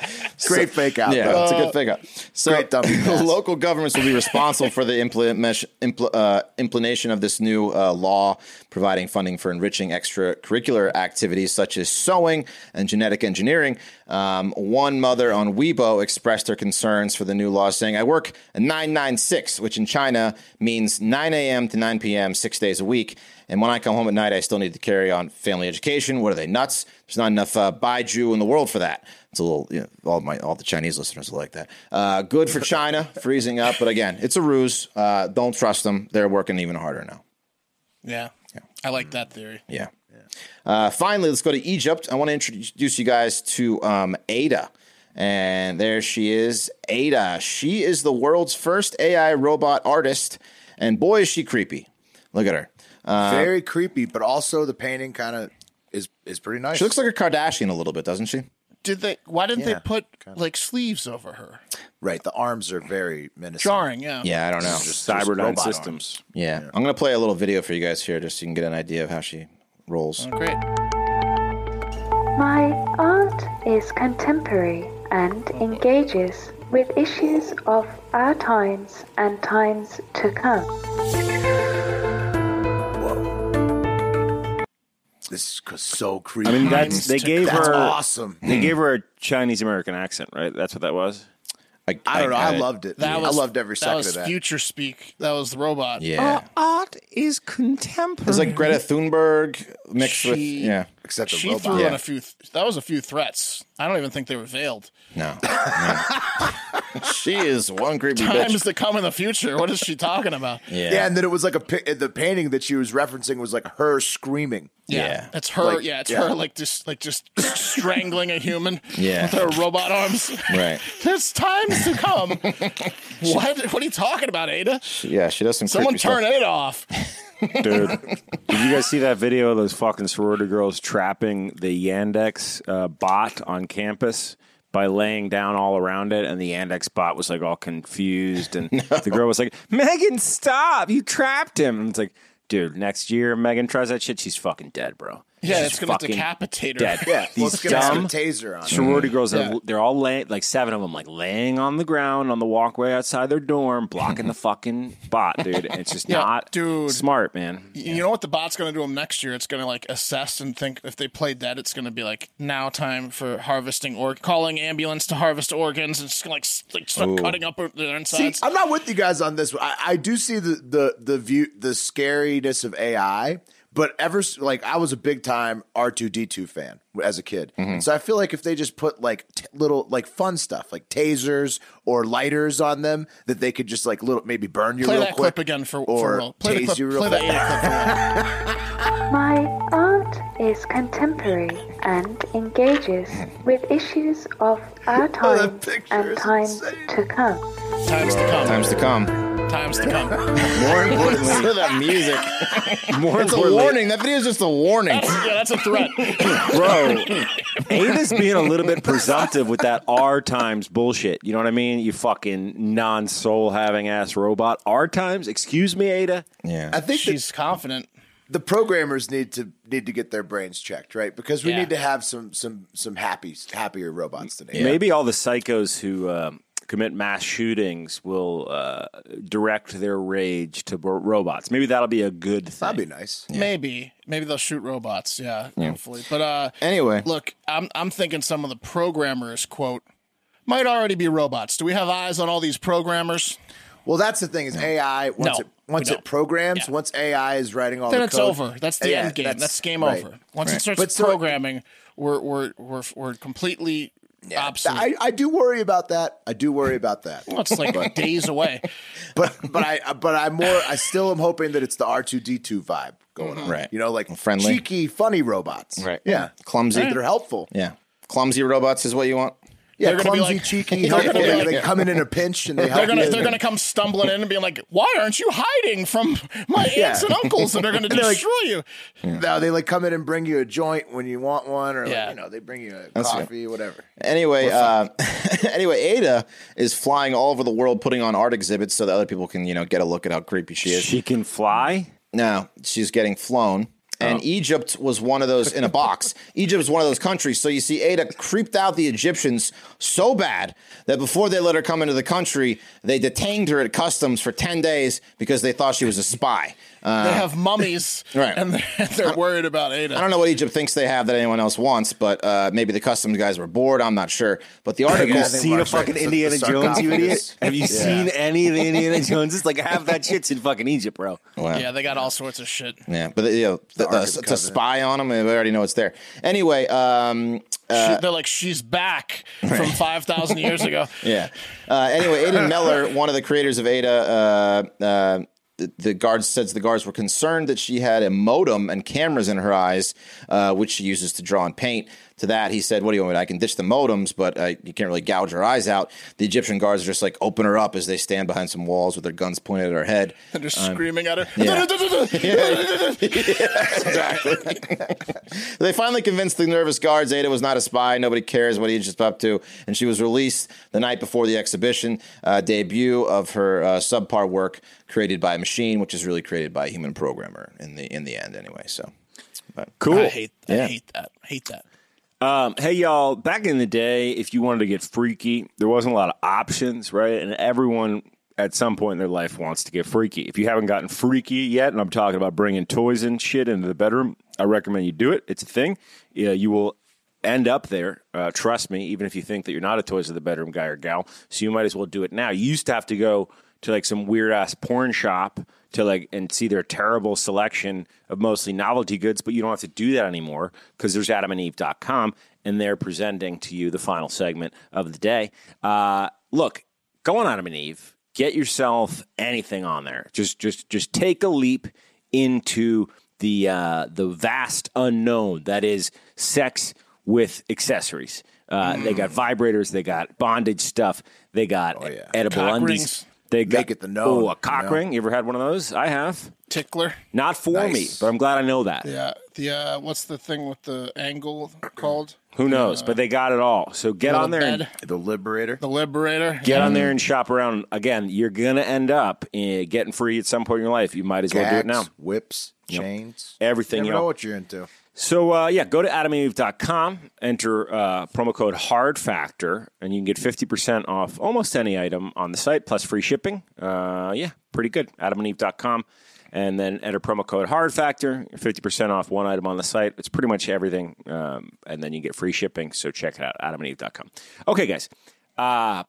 Speaker 1: Great fake out.
Speaker 4: Yeah,
Speaker 1: though.
Speaker 4: it's a good figure. So
Speaker 1: Great
Speaker 4: [laughs]
Speaker 1: dummy pass.
Speaker 4: local governments will be responsible for the implement, impl, uh, implementation of this new uh, law, providing funding for enriching extracurricular activities such as sewing and genetic engineering. Um, one mother on Weibo expressed her concerns for the new law, saying, "I work a 996, which in China means 9 a.m. to 9 p.m. six days a week." And when I come home at night, I still need to carry on family education. What are they nuts? There's not enough uh, Baiju in the world for that. It's a little. You know, all my all the Chinese listeners are like that. Uh, good for China, freezing up, but again, it's a ruse. Uh, don't trust them. They're working even harder now.
Speaker 2: yeah. I like that theory.
Speaker 4: Yeah. Uh, finally, let's go to Egypt. I want to introduce you guys to um, Ada. And there she is, Ada. She is the world's first AI robot artist. And boy, is she creepy. Look at her.
Speaker 3: Uh,
Speaker 1: Very creepy, but also the painting kind of is is pretty nice.
Speaker 4: She looks like a Kardashian a little bit, doesn't she?
Speaker 2: Did they? Why didn't
Speaker 1: Yeah,
Speaker 2: they put like sleeves over her?
Speaker 1: right. The arms are very menacing.
Speaker 2: Jarring. Yeah.
Speaker 4: Yeah, I don't know.
Speaker 3: Cyberdyne
Speaker 1: robot
Speaker 3: systems.
Speaker 4: Yeah. I'm going to play a little video for you guys here just so you can get an idea of how she rolls.
Speaker 2: Great.
Speaker 8: My art is contemporary and engages with issues of our times and times to come.
Speaker 1: This is c- so creepy.
Speaker 3: I mean,
Speaker 2: Times
Speaker 3: that's they
Speaker 2: to
Speaker 3: gave
Speaker 1: that's
Speaker 3: her
Speaker 1: awesome. Hmm.
Speaker 3: they gave her a Chinese American accent, right? That's what that was.
Speaker 1: I don't know. I, loved it.
Speaker 2: That was.
Speaker 1: I loved every second
Speaker 2: that was
Speaker 1: of that.
Speaker 2: Future speak. That was the robot.
Speaker 4: Yeah.
Speaker 3: Art is contemporary.
Speaker 4: it's like Greta Thunberg mixed with.
Speaker 2: She-
Speaker 4: Yeah.
Speaker 1: Except the
Speaker 2: She
Speaker 1: robot.
Speaker 2: threw
Speaker 4: Yeah.
Speaker 2: in a few. Th- that was a few threats. I don't even think they were veiled.
Speaker 4: No. no. she is one creepy bitch.
Speaker 2: Times to come in the future. What is she talking about?
Speaker 1: [laughs] Yeah. and then it was like a pi- the painting that she was referencing was like her screaming.
Speaker 4: Yeah.
Speaker 2: It's her.
Speaker 1: Like,
Speaker 2: yeah. It's
Speaker 1: yeah.
Speaker 2: her. Like just like just strangling a
Speaker 1: [laughs]
Speaker 2: human.
Speaker 4: Yeah.
Speaker 2: With her robot arms. [laughs]
Speaker 4: Right.
Speaker 2: There's times to come.
Speaker 1: [laughs]
Speaker 2: what? What are you talking about, Ada?
Speaker 4: Yeah, she does some
Speaker 2: Someone
Speaker 4: creepy
Speaker 2: turn
Speaker 4: stuff.
Speaker 2: Ada
Speaker 1: [laughs]
Speaker 2: off.
Speaker 3: Dude, did you guys see that video of those fucking sorority girls trapping the Yandex uh, bot on campus by laying down all around it? And the Yandex bot was like all confused. And the girl was like, Megan, stop. You trapped him. And it's like, dude, next year Megan tries that shit, she's fucking dead, bro.
Speaker 2: Yeah,
Speaker 3: She's
Speaker 2: it's gonna
Speaker 3: fucking
Speaker 2: decapitate her. [laughs]
Speaker 3: Dead.
Speaker 1: well,
Speaker 3: These
Speaker 1: it's gonna have
Speaker 3: dumb
Speaker 1: a taser on. it.
Speaker 3: sorority girls are,
Speaker 2: Yeah.
Speaker 3: they're all laying like seven of them like laying on the ground on the walkway outside their dorm blocking the fucking bot dude it's just
Speaker 2: Yeah,
Speaker 3: not
Speaker 2: dude.
Speaker 3: smart man
Speaker 2: You know what the bot's going to do them next year? It's going to like assess and think if they played that, it's going to be like now time for harvesting or calling ambulance to harvest organs and just gonna, like s- like start cutting up their
Speaker 1: See,
Speaker 2: insides.
Speaker 1: I'm not with you guys on this. one. I, I do see the, the the view the scariness of AI, but ever s- like I was a big time R2D2 fan as a kid,
Speaker 2: Mm-hmm.
Speaker 1: so I feel like if they just put like t- little like fun stuff like tasers or lighters on them, that they could just like little maybe burn you
Speaker 2: Play
Speaker 1: real
Speaker 2: that
Speaker 1: quick
Speaker 2: clip again for,
Speaker 1: or
Speaker 2: for real. Play the
Speaker 1: tase
Speaker 2: clip.
Speaker 1: you real
Speaker 2: play the
Speaker 1: quick.
Speaker 2: Ada clip.
Speaker 8: My art is contemporary and engages with issues of our time and times to come.
Speaker 2: Times to come.
Speaker 4: Times to come. [laughs]
Speaker 2: Times to come. [laughs]
Speaker 4: More importantly, that music. More [laughs] it's a warning. That video is just a warning,
Speaker 2: yeah, that's a threat.
Speaker 4: [laughs]
Speaker 3: bro. Ava's being a little bit presumptive with that R times bullshit. You know what I mean? You fucking non soul having ass robot. R times, excuse me, Ada.
Speaker 4: Yeah.
Speaker 1: I think that
Speaker 2: She's confident.
Speaker 1: the programmers need to need to get their brains checked, right? Because we
Speaker 2: Yeah.
Speaker 1: need to have some some some happy happier robots today.
Speaker 3: Maybe all the psychos who um, commit mass shootings will uh, direct their rage to ro- robots. Maybe that'll be a good thing.
Speaker 1: That'd be nice.
Speaker 2: Maybe. Maybe they'll shoot robots. Yeah, hopefully. But uh
Speaker 4: Anyway.
Speaker 2: look, I'm I'm thinking some of the programmers quote might already be robots. Do we have eyes on all these programmers?
Speaker 1: Well, that's the thing is AI once
Speaker 2: No,
Speaker 1: it once
Speaker 2: we
Speaker 1: it
Speaker 2: don't.
Speaker 1: programs,
Speaker 2: Yeah.
Speaker 1: once AI is writing all
Speaker 2: then
Speaker 1: the
Speaker 2: it's
Speaker 1: code-
Speaker 2: over. That's the
Speaker 1: Yeah,
Speaker 2: end game. That's, game
Speaker 1: right.
Speaker 2: over. Once it starts
Speaker 1: But so-
Speaker 2: programming, we're we're we're we're completely obsolete.
Speaker 1: I, I do worry about that. I do worry about that.
Speaker 2: Well, it's like days away.
Speaker 1: but but I but I more I still am hoping that it's the R two D two vibe
Speaker 2: Mm-hmm.
Speaker 1: going on.
Speaker 4: Right.
Speaker 1: You know, like
Speaker 4: Friendly.
Speaker 1: cheeky, funny robots.
Speaker 4: Right.
Speaker 1: Yeah.
Speaker 4: clumsy.
Speaker 2: Mm.
Speaker 1: That are helpful.
Speaker 4: Yeah, clumsy robots is what you want.
Speaker 1: Yeah.
Speaker 2: They're gonna be
Speaker 1: clumsy,
Speaker 2: like-
Speaker 1: cheeky,
Speaker 2: [laughs] They're gonna
Speaker 1: helpful.
Speaker 2: be
Speaker 1: They-
Speaker 2: like-
Speaker 1: they come in in a pinch and they help
Speaker 2: They're gonna
Speaker 1: you.
Speaker 2: they're gonna come stumbling in and being like, "Why aren't you hiding from my
Speaker 1: Yeah.
Speaker 2: aunts and uncles?" And they're gonna
Speaker 1: like-
Speaker 2: destroy you.
Speaker 1: No, they like come in and bring you a joint when you want one, or
Speaker 2: Yeah.
Speaker 1: like, you know they bring you a
Speaker 4: That's right.
Speaker 1: coffee, whatever.
Speaker 4: Anyway, uh, [laughs] anyway, Ada is flying all over the world, putting on art exhibits so that other people can you know get a look at how creepy she is.
Speaker 3: She can fly.
Speaker 4: No, she's getting flown.
Speaker 3: Oh.
Speaker 4: And Egypt was one of those in
Speaker 3: [laughs]
Speaker 4: a box. Egypt was one of those countries. So you see, Ada creeped out the Egyptians so bad that before they let her come into the country, they detained her at customs for 10 days because they thought she was a spy. Uh,
Speaker 2: They have mummies,
Speaker 4: Right.
Speaker 2: And they're, they're worried about
Speaker 4: I
Speaker 2: Ada.
Speaker 4: don't know what Egypt thinks they have that anyone else wants, but uh, maybe the customs guys were bored. I'm not sure. But the article
Speaker 3: Have you
Speaker 1: they
Speaker 3: seen a
Speaker 1: watch, like,
Speaker 3: fucking
Speaker 1: the- the
Speaker 3: Indiana Jones, you idiot?
Speaker 1: sarcophagus.
Speaker 3: Have you seen any of the Indiana Joneses? Like, half that shit's in fucking Egypt, bro.
Speaker 4: Wow.
Speaker 2: Yeah, they got all sorts of shit.
Speaker 4: Yeah, but you know, th- uh, to spy on them, we already know it's there. Anyway, um,
Speaker 2: she, they're like, "She's back from five thousand years ago."
Speaker 4: yeah. Uh, anyway, Aidan Meller, one of the creators of Ada, uh, uh, the, the guards says the guards were concerned that she had a modem and cameras in her eyes, uh, which she uses to draw and paint. To that, he said, "What do you want? I can ditch the modems, but uh, you can't really gouge her eyes out." The Egyptian guards are just like open her up as they stand behind some walls with their guns pointed at her head.
Speaker 2: And they're screaming at her.
Speaker 4: [laughs] They finally convinced the nervous guards Ada was not a spy. Nobody cares what Egypt's up to. And she was released the night before the exhibition uh, debut of her uh, subpar work created by a machine, which is really created by a human programmer in the in the end, anyway. So
Speaker 3: Cool.
Speaker 2: [laughs] I hate. I
Speaker 4: Yeah.
Speaker 2: hate that. I hate that.
Speaker 3: Um, hey, y'all, back in the day, if you wanted to get freaky, there wasn't a lot of options, right? And everyone at some point in their life wants to get freaky. If you haven't gotten freaky yet, and I'm talking about bringing toys and shit into the bedroom, I recommend you do it. It's a thing. Yeah, you will end up there. Uh, trust me, even if you think that you're not a toys of the bedroom guy or gal. So you might as well do it now. You used to have to go to like some weird ass porn shop to like and see their terrible selection of mostly novelty goods, but you don't have to do that anymore because there's adamandeve.com and they're presenting to you the final segment of the day. Uh, look, go on Adam and Eve, get yourself anything on there. Just just just take a leap into the uh, the vast unknown that is sex with accessories. Uh,
Speaker 1: Hmm.
Speaker 3: They got vibrators, they got bondage stuff, they got
Speaker 1: Oh,
Speaker 3: edible
Speaker 2: Cock
Speaker 3: undies.
Speaker 2: rings.
Speaker 3: They got,
Speaker 1: Make it the known,
Speaker 3: Oh, a cock
Speaker 1: you know?
Speaker 3: ring. You ever had one of those? I have.
Speaker 2: Tickler.
Speaker 3: Not for me, but I'm glad I know that.
Speaker 2: Yeah. The uh, what's the thing with the angle called?
Speaker 3: Who knows? but they got it all. So get on there. And,
Speaker 2: Bed?
Speaker 1: The Liberator.
Speaker 2: the Liberator.
Speaker 3: get on
Speaker 1: Mm.
Speaker 3: there and shop around. Again, you're gonna end up uh, getting free at some point in your life. You might as well do it now.
Speaker 1: Gags, Whips, chains,
Speaker 3: Everything,
Speaker 1: You
Speaker 3: yo.
Speaker 1: never know what you're into.
Speaker 3: So uh, yeah, go to adamandeve.com, enter uh, promo code Hard Factor, and you can get fifty percent off almost any item on the site, plus free shipping. Uh, yeah, pretty good. Adamandeve.com, and then enter promo code Hard Factor, fifty percent off one item on the site. It's pretty much everything, um, and then you get free shipping. So check it out, adamandeve.com. Okay, guys. Uh,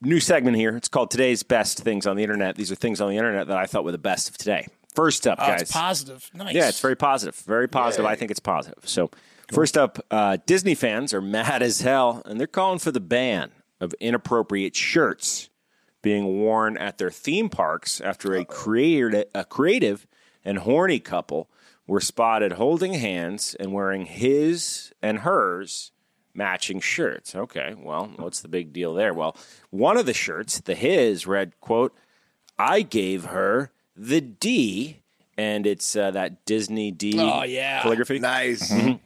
Speaker 3: new segment here. It's called Today's Best Things on the Internet. These are things on the internet that I thought were the best of today. First up,
Speaker 2: Oh,
Speaker 3: guys.
Speaker 2: it's positive. Nice.
Speaker 3: Yeah, it's very positive. Very positive. I think it's positive. So, first up, uh, Disney fans are mad as hell, and they're calling for the ban of inappropriate shirts being worn at their theme parks after a creator, a creative and horny couple were spotted holding hands and wearing his and hers matching shirts. Okay, well, what's the big deal there? Well, one of the shirts, the his, read, quote, I gave her the D, and it's uh, that Disney D
Speaker 2: Oh, yeah.
Speaker 3: calligraphy. Mm-hmm.
Speaker 1: Nice.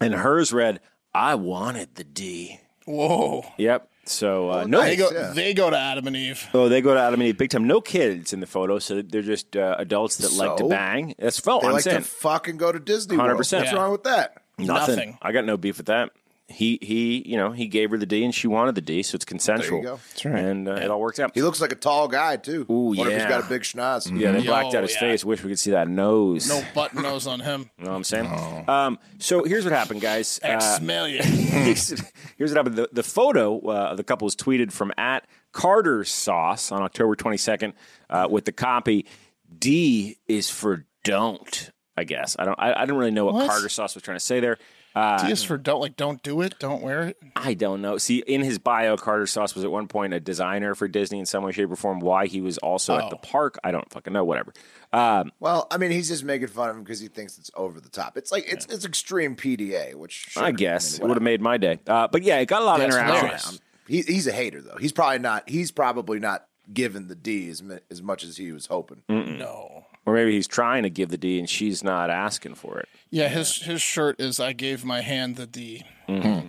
Speaker 3: And hers read, I wanted the D.
Speaker 2: Whoa.
Speaker 3: Yep. So,
Speaker 1: Oh,
Speaker 3: uh, no,
Speaker 2: They go,
Speaker 1: Yeah.
Speaker 2: they go to Adam and Eve.
Speaker 3: Oh, they go to Adam and Eve big time. No kids in the photo, so they're just uh, adults that like to
Speaker 1: So?
Speaker 3: bang. That's felt.
Speaker 1: They
Speaker 3: I'm
Speaker 1: like
Speaker 3: saying
Speaker 1: to fucking go to Disney World.
Speaker 3: 100%.
Speaker 1: What's
Speaker 3: Yeah.
Speaker 1: wrong with that?
Speaker 3: nothing.
Speaker 2: nothing.
Speaker 3: I got no beef with that. He he, you know, he gave her the D and she wanted the D, so it's consensual.
Speaker 1: go.
Speaker 3: That's right. And uh, it all worked out.
Speaker 1: He looks like a tall guy too. Wonder
Speaker 3: Ooh,
Speaker 1: if
Speaker 3: yeah. Mm-hmm.
Speaker 1: he's got a big schnoz.
Speaker 3: yeah, they blacked
Speaker 2: Yo,
Speaker 3: out his
Speaker 2: yeah.
Speaker 3: face. Wish we could see that nose.
Speaker 2: No button nose
Speaker 3: [laughs]
Speaker 2: on him.
Speaker 3: You know what I'm saying? Um, so here's what happened, guys.
Speaker 2: I can
Speaker 3: Uh,
Speaker 2: smell you.
Speaker 3: here's here's what happened. The, the photo uh, of the couple was tweeted from at Carter's Sauce on October 22nd uh, with the copy D is for don't. I guess I don't. I, I didn't really know what,
Speaker 2: What?
Speaker 3: Carter Sauce was trying to say there.
Speaker 2: T is for don't like don't do it, don't wear it.
Speaker 3: I don't know. See, in his bio, Carter Sauce was at one point a designer for Disney in some way, shape, or form. Why he was also at the park, I don't fucking know. Whatever. Um,
Speaker 1: Well, I mean, he's just making fun of him because he thinks it's over the top. It's like it's it's extreme PDA, which sure,
Speaker 3: I guess
Speaker 1: mean,
Speaker 3: it would have made my day. Uh, but yeah, it got a lot of
Speaker 2: That's
Speaker 3: interaction.
Speaker 2: hilarious.
Speaker 1: He, he's a hater though. He's probably not. He's probably not given the D as mi- as much as he was hoping.
Speaker 2: No.
Speaker 3: Or maybe he's trying to give the D and she's not asking for it.
Speaker 2: Yeah, his his shirt is I gave my hand the D.
Speaker 3: Yeah,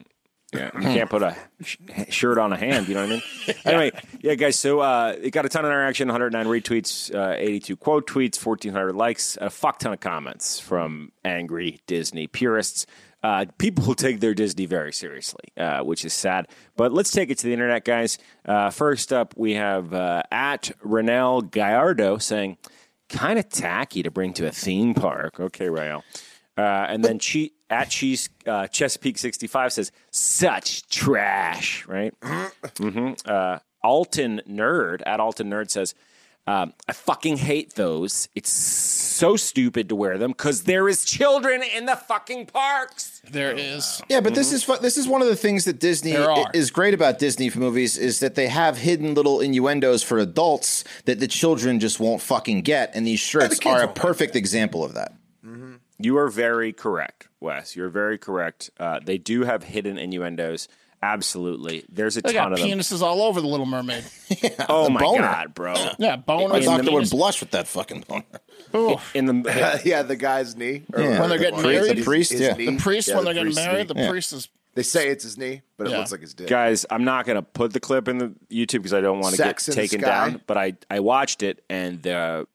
Speaker 3: you can't put a sh- shirt on a hand. You know what I mean? Anyway, [laughs] yeah, guys. So uh, it got a ton of interaction: 109 retweets, uh, 82 quote tweets, 1,400 likes, a fuck ton of comments from angry Disney purists. Uh, people [laughs] who take their Disney very seriously, uh, which is sad. But let's take it to the internet, guys. Uh, first up, we have uh, at Renel Gallardo saying, "Kind of tacky to bring to a theme park." Okay, Rael. Uh, and then she at she's uh, Chesapeake sixty five says such trash, [clears throat] right? hmm Uh, Alton Nerd at Alton Nerd says, um, I fucking hate those. It's so stupid to wear them because there is children in the fucking parks.
Speaker 2: There is.
Speaker 4: Yeah, but this is fu- this is one of the things that Disney
Speaker 2: There
Speaker 4: i-
Speaker 2: are.
Speaker 4: is great about Disney movies is that they have hidden little innuendos for adults that the children just won't fucking get, and these shirts
Speaker 1: kids
Speaker 4: are a
Speaker 1: won't
Speaker 4: perfect example of that.
Speaker 3: You are very correct, Wes. You're very correct. Uh, they do have hidden innuendos. Absolutely, there's a
Speaker 2: They
Speaker 3: ton
Speaker 2: got
Speaker 3: of them.
Speaker 2: penises all over the Little Mermaid.
Speaker 3: oh my
Speaker 4: boner.
Speaker 3: god, bro! [clears throat]
Speaker 2: Yeah, boner.
Speaker 4: I thought they would
Speaker 2: penis.
Speaker 4: blush with that fucking boner.
Speaker 2: Ooh.
Speaker 3: In the
Speaker 1: [laughs] yeah, the guy's knee. Or
Speaker 4: Yeah.
Speaker 2: When they're getting married?
Speaker 4: The priest, yeah.
Speaker 1: knee.
Speaker 2: The priest
Speaker 1: Yeah,
Speaker 2: when
Speaker 1: the
Speaker 2: they're getting
Speaker 1: priest's
Speaker 2: married,
Speaker 1: knee.
Speaker 2: the priest is
Speaker 1: They say it's his knee, but
Speaker 2: Yeah.
Speaker 1: it looks like his dick.
Speaker 3: guys i'm not going to put the clip in the youtube because i don't want to get
Speaker 1: Sex in the
Speaker 3: taken
Speaker 1: Sky?
Speaker 3: down but i i watched it and the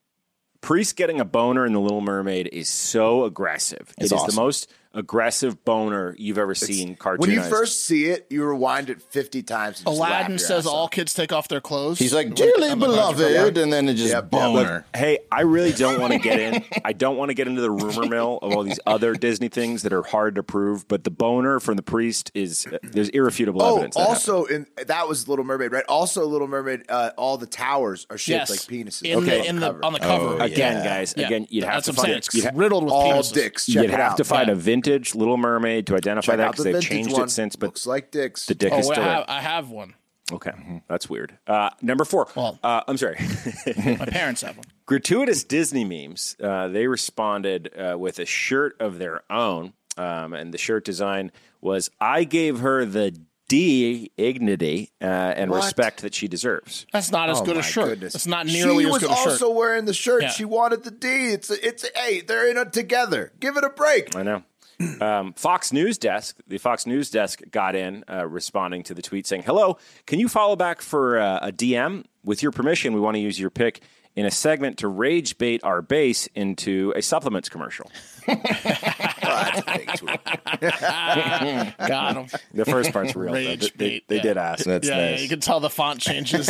Speaker 3: priest getting a boner in the little mermaid is so aggressive it's the
Speaker 4: awesome.
Speaker 3: most aggressive boner you've ever seen cartoonized
Speaker 1: when you first see it, you rewind it fifty times. And just laugh
Speaker 2: Aladdin
Speaker 1: your
Speaker 2: says
Speaker 1: ass off.
Speaker 2: all kids take off their clothes.
Speaker 4: He's like, dearly
Speaker 2: I'm about to forget.
Speaker 4: beloved, and then it just
Speaker 1: Yep, yep.
Speaker 4: boner.
Speaker 3: Hey, I really don't
Speaker 1: [laughs]
Speaker 3: want to get in. I don't want to get into the rumor mill of all these other Disney things that are hard to prove. But the boner from the priest is uh, there's irrefutable
Speaker 1: Oh,
Speaker 3: evidence. that happened.
Speaker 1: also, in that was Little Mermaid, right? Also, Little Mermaid, uh, all the towers are shaped
Speaker 2: yes.
Speaker 1: like penises.
Speaker 2: In the, in the, on the cover.
Speaker 3: again, guys,
Speaker 2: Yeah.
Speaker 3: Oh, again, you'd have
Speaker 2: That's
Speaker 3: to
Speaker 2: what I'm saying.
Speaker 3: find
Speaker 2: It's
Speaker 3: you'd ha-
Speaker 2: riddled with
Speaker 1: all
Speaker 2: penises.
Speaker 1: dicks. Check
Speaker 3: You'd
Speaker 1: it
Speaker 3: have
Speaker 1: out.
Speaker 3: to find
Speaker 2: Yeah.
Speaker 3: a vintage Little Mermaid to identify
Speaker 1: Check
Speaker 3: that
Speaker 1: out
Speaker 3: because
Speaker 1: the
Speaker 3: they've
Speaker 1: vintage
Speaker 3: changed
Speaker 1: one.
Speaker 3: it since. But
Speaker 1: looks like dicks.
Speaker 3: the dick
Speaker 2: Oh,
Speaker 3: is
Speaker 2: wait,
Speaker 3: still
Speaker 2: I, have,
Speaker 3: there.
Speaker 2: I have one.
Speaker 3: Okay, that's weird. Uh, number four.
Speaker 2: Well-
Speaker 3: uh, I'm sorry. [laughs]
Speaker 2: My parents have one.
Speaker 3: Gratuitous Disney memes. Uh, they responded uh, with a shirt of their own, um, and the shirt design was "I gave her the D dignity uh, and respect that she deserves."
Speaker 2: That's not as good
Speaker 1: my
Speaker 2: a shirt.
Speaker 1: Oh, goodness.
Speaker 2: It's not
Speaker 1: She
Speaker 2: nearly as
Speaker 1: was
Speaker 2: good a shirt.
Speaker 1: also wearing the shirt.
Speaker 2: Yeah.
Speaker 1: She wanted the D. It's a, it's a, hey, they're in it together. Give it a
Speaker 3: [laughs]
Speaker 1: break.
Speaker 3: I know. Um, Fox News Desk, the Fox News Desk got in uh, responding to the tweet saying, Hello, can you follow back for uh, a DM? With your permission, we want to use your pick in a segment to rage bait our base into a supplements commercial.
Speaker 2: Got him.
Speaker 3: The first part's real. though. They-
Speaker 2: [laughs] Rage
Speaker 3: they,
Speaker 2: bait,
Speaker 3: they
Speaker 2: yeah.
Speaker 3: did ask.
Speaker 4: That's
Speaker 2: yeah, yeah,
Speaker 4: nice.
Speaker 2: you can tell the font changes.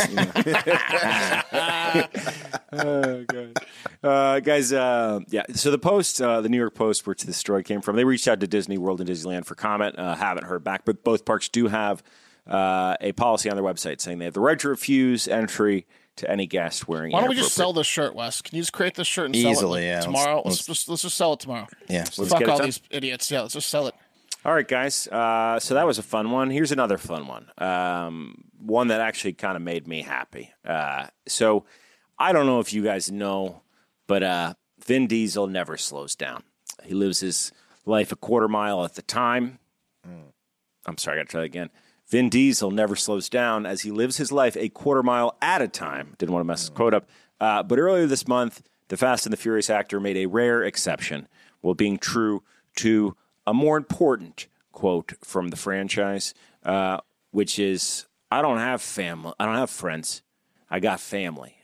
Speaker 3: Uh, guys, uh, yeah. So the post, uh, the New York Post, which this story came from, they reached out to Disney World and Disneyland for comment. Uh, haven't heard back, but both parks do have uh, a policy on their website saying they have the right to refuse entry to any guest wearing.
Speaker 2: Why don't we just
Speaker 3: inappropriate-
Speaker 2: sell this shirt, Wes? Can you just create this shirt and sell it
Speaker 4: Easily,
Speaker 2: like,
Speaker 4: yeah. Let's-
Speaker 2: tomorrow? Let's,
Speaker 4: let's-
Speaker 2: just let's just sell it tomorrow.
Speaker 4: Yeah.
Speaker 2: Fuck
Speaker 3: get it
Speaker 2: all
Speaker 3: done.
Speaker 2: these idiots. Yeah, let's just sell it.
Speaker 3: All right, guys. Uh, so that was a fun one. Here's another fun one. Um, one that actually kind of made me happy. Uh, so I don't know if you guys know, but uh, Vin Diesel never slows down. He lives his life a quarter mile at the time. I'm sorry, I got to try that again. Vin Diesel never slows down as he lives his life a quarter mile at a time. Didn't want to mess his quote up. Uh, but earlier this month, the Fast and the Furious actor made a rare exception while being true to a more important quote from the franchise, uh, which is I don't have family. I don't have friends. I got family.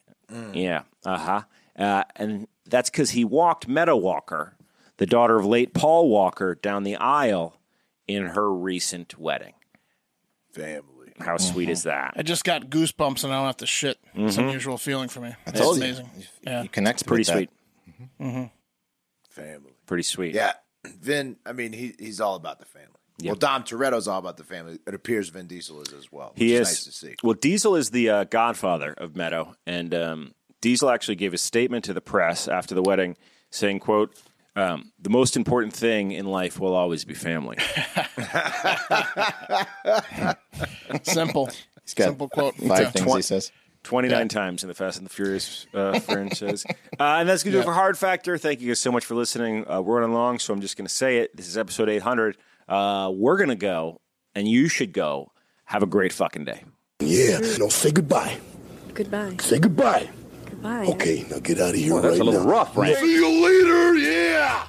Speaker 3: Yeah. Uh-huh. Uh And that's because he walked Meadow Walker, the daughter of late Paul Walker, down the aisle in her recent wedding.
Speaker 1: Family.
Speaker 3: How
Speaker 1: Mm-hmm.
Speaker 3: sweet is
Speaker 2: I
Speaker 3: that?
Speaker 2: just got goosebumps and I don't have to shit. It's an unusual feeling for me. It's
Speaker 4: told you.
Speaker 2: amazing. Yeah.
Speaker 4: He connects
Speaker 3: Pretty
Speaker 4: with that.
Speaker 3: sweet.
Speaker 1: Family.
Speaker 3: Pretty sweet.
Speaker 1: Yeah. Vin, I mean, he he's all about the family. Well, Dom Toretto's all about the family. It appears Vin Diesel is as well. Which
Speaker 3: He
Speaker 1: is,
Speaker 3: is.
Speaker 1: nice to see.
Speaker 3: Well, Diesel is the uh, godfather of Meadow, and um, Diesel actually gave a statement to the press after the wedding, saying, "quote um, The most important thing in life will always
Speaker 1: [laughs]
Speaker 3: be family."
Speaker 2: Simple.
Speaker 4: He's got
Speaker 2: Simple quote.
Speaker 4: Five
Speaker 2: Yeah.
Speaker 4: things he says.
Speaker 3: Twenty nine times in the Fast and the Furious
Speaker 1: [laughs]
Speaker 3: uh, franchise, uh, and that's gonna do it for Hard Factor. Thank you guys so much for listening. Uh, we're running long, so I'm just gonna say it. This is episode 800. Uh, we're gonna go, and you should go. Have a great fucking day.
Speaker 5: Yeah, no, say goodbye.
Speaker 6: Goodbye.
Speaker 5: Say goodbye.
Speaker 6: Goodbye.
Speaker 5: Okay, now get out of here
Speaker 9: that's
Speaker 5: right
Speaker 9: a little
Speaker 5: now.
Speaker 9: rough, right?
Speaker 5: See you later, yeah!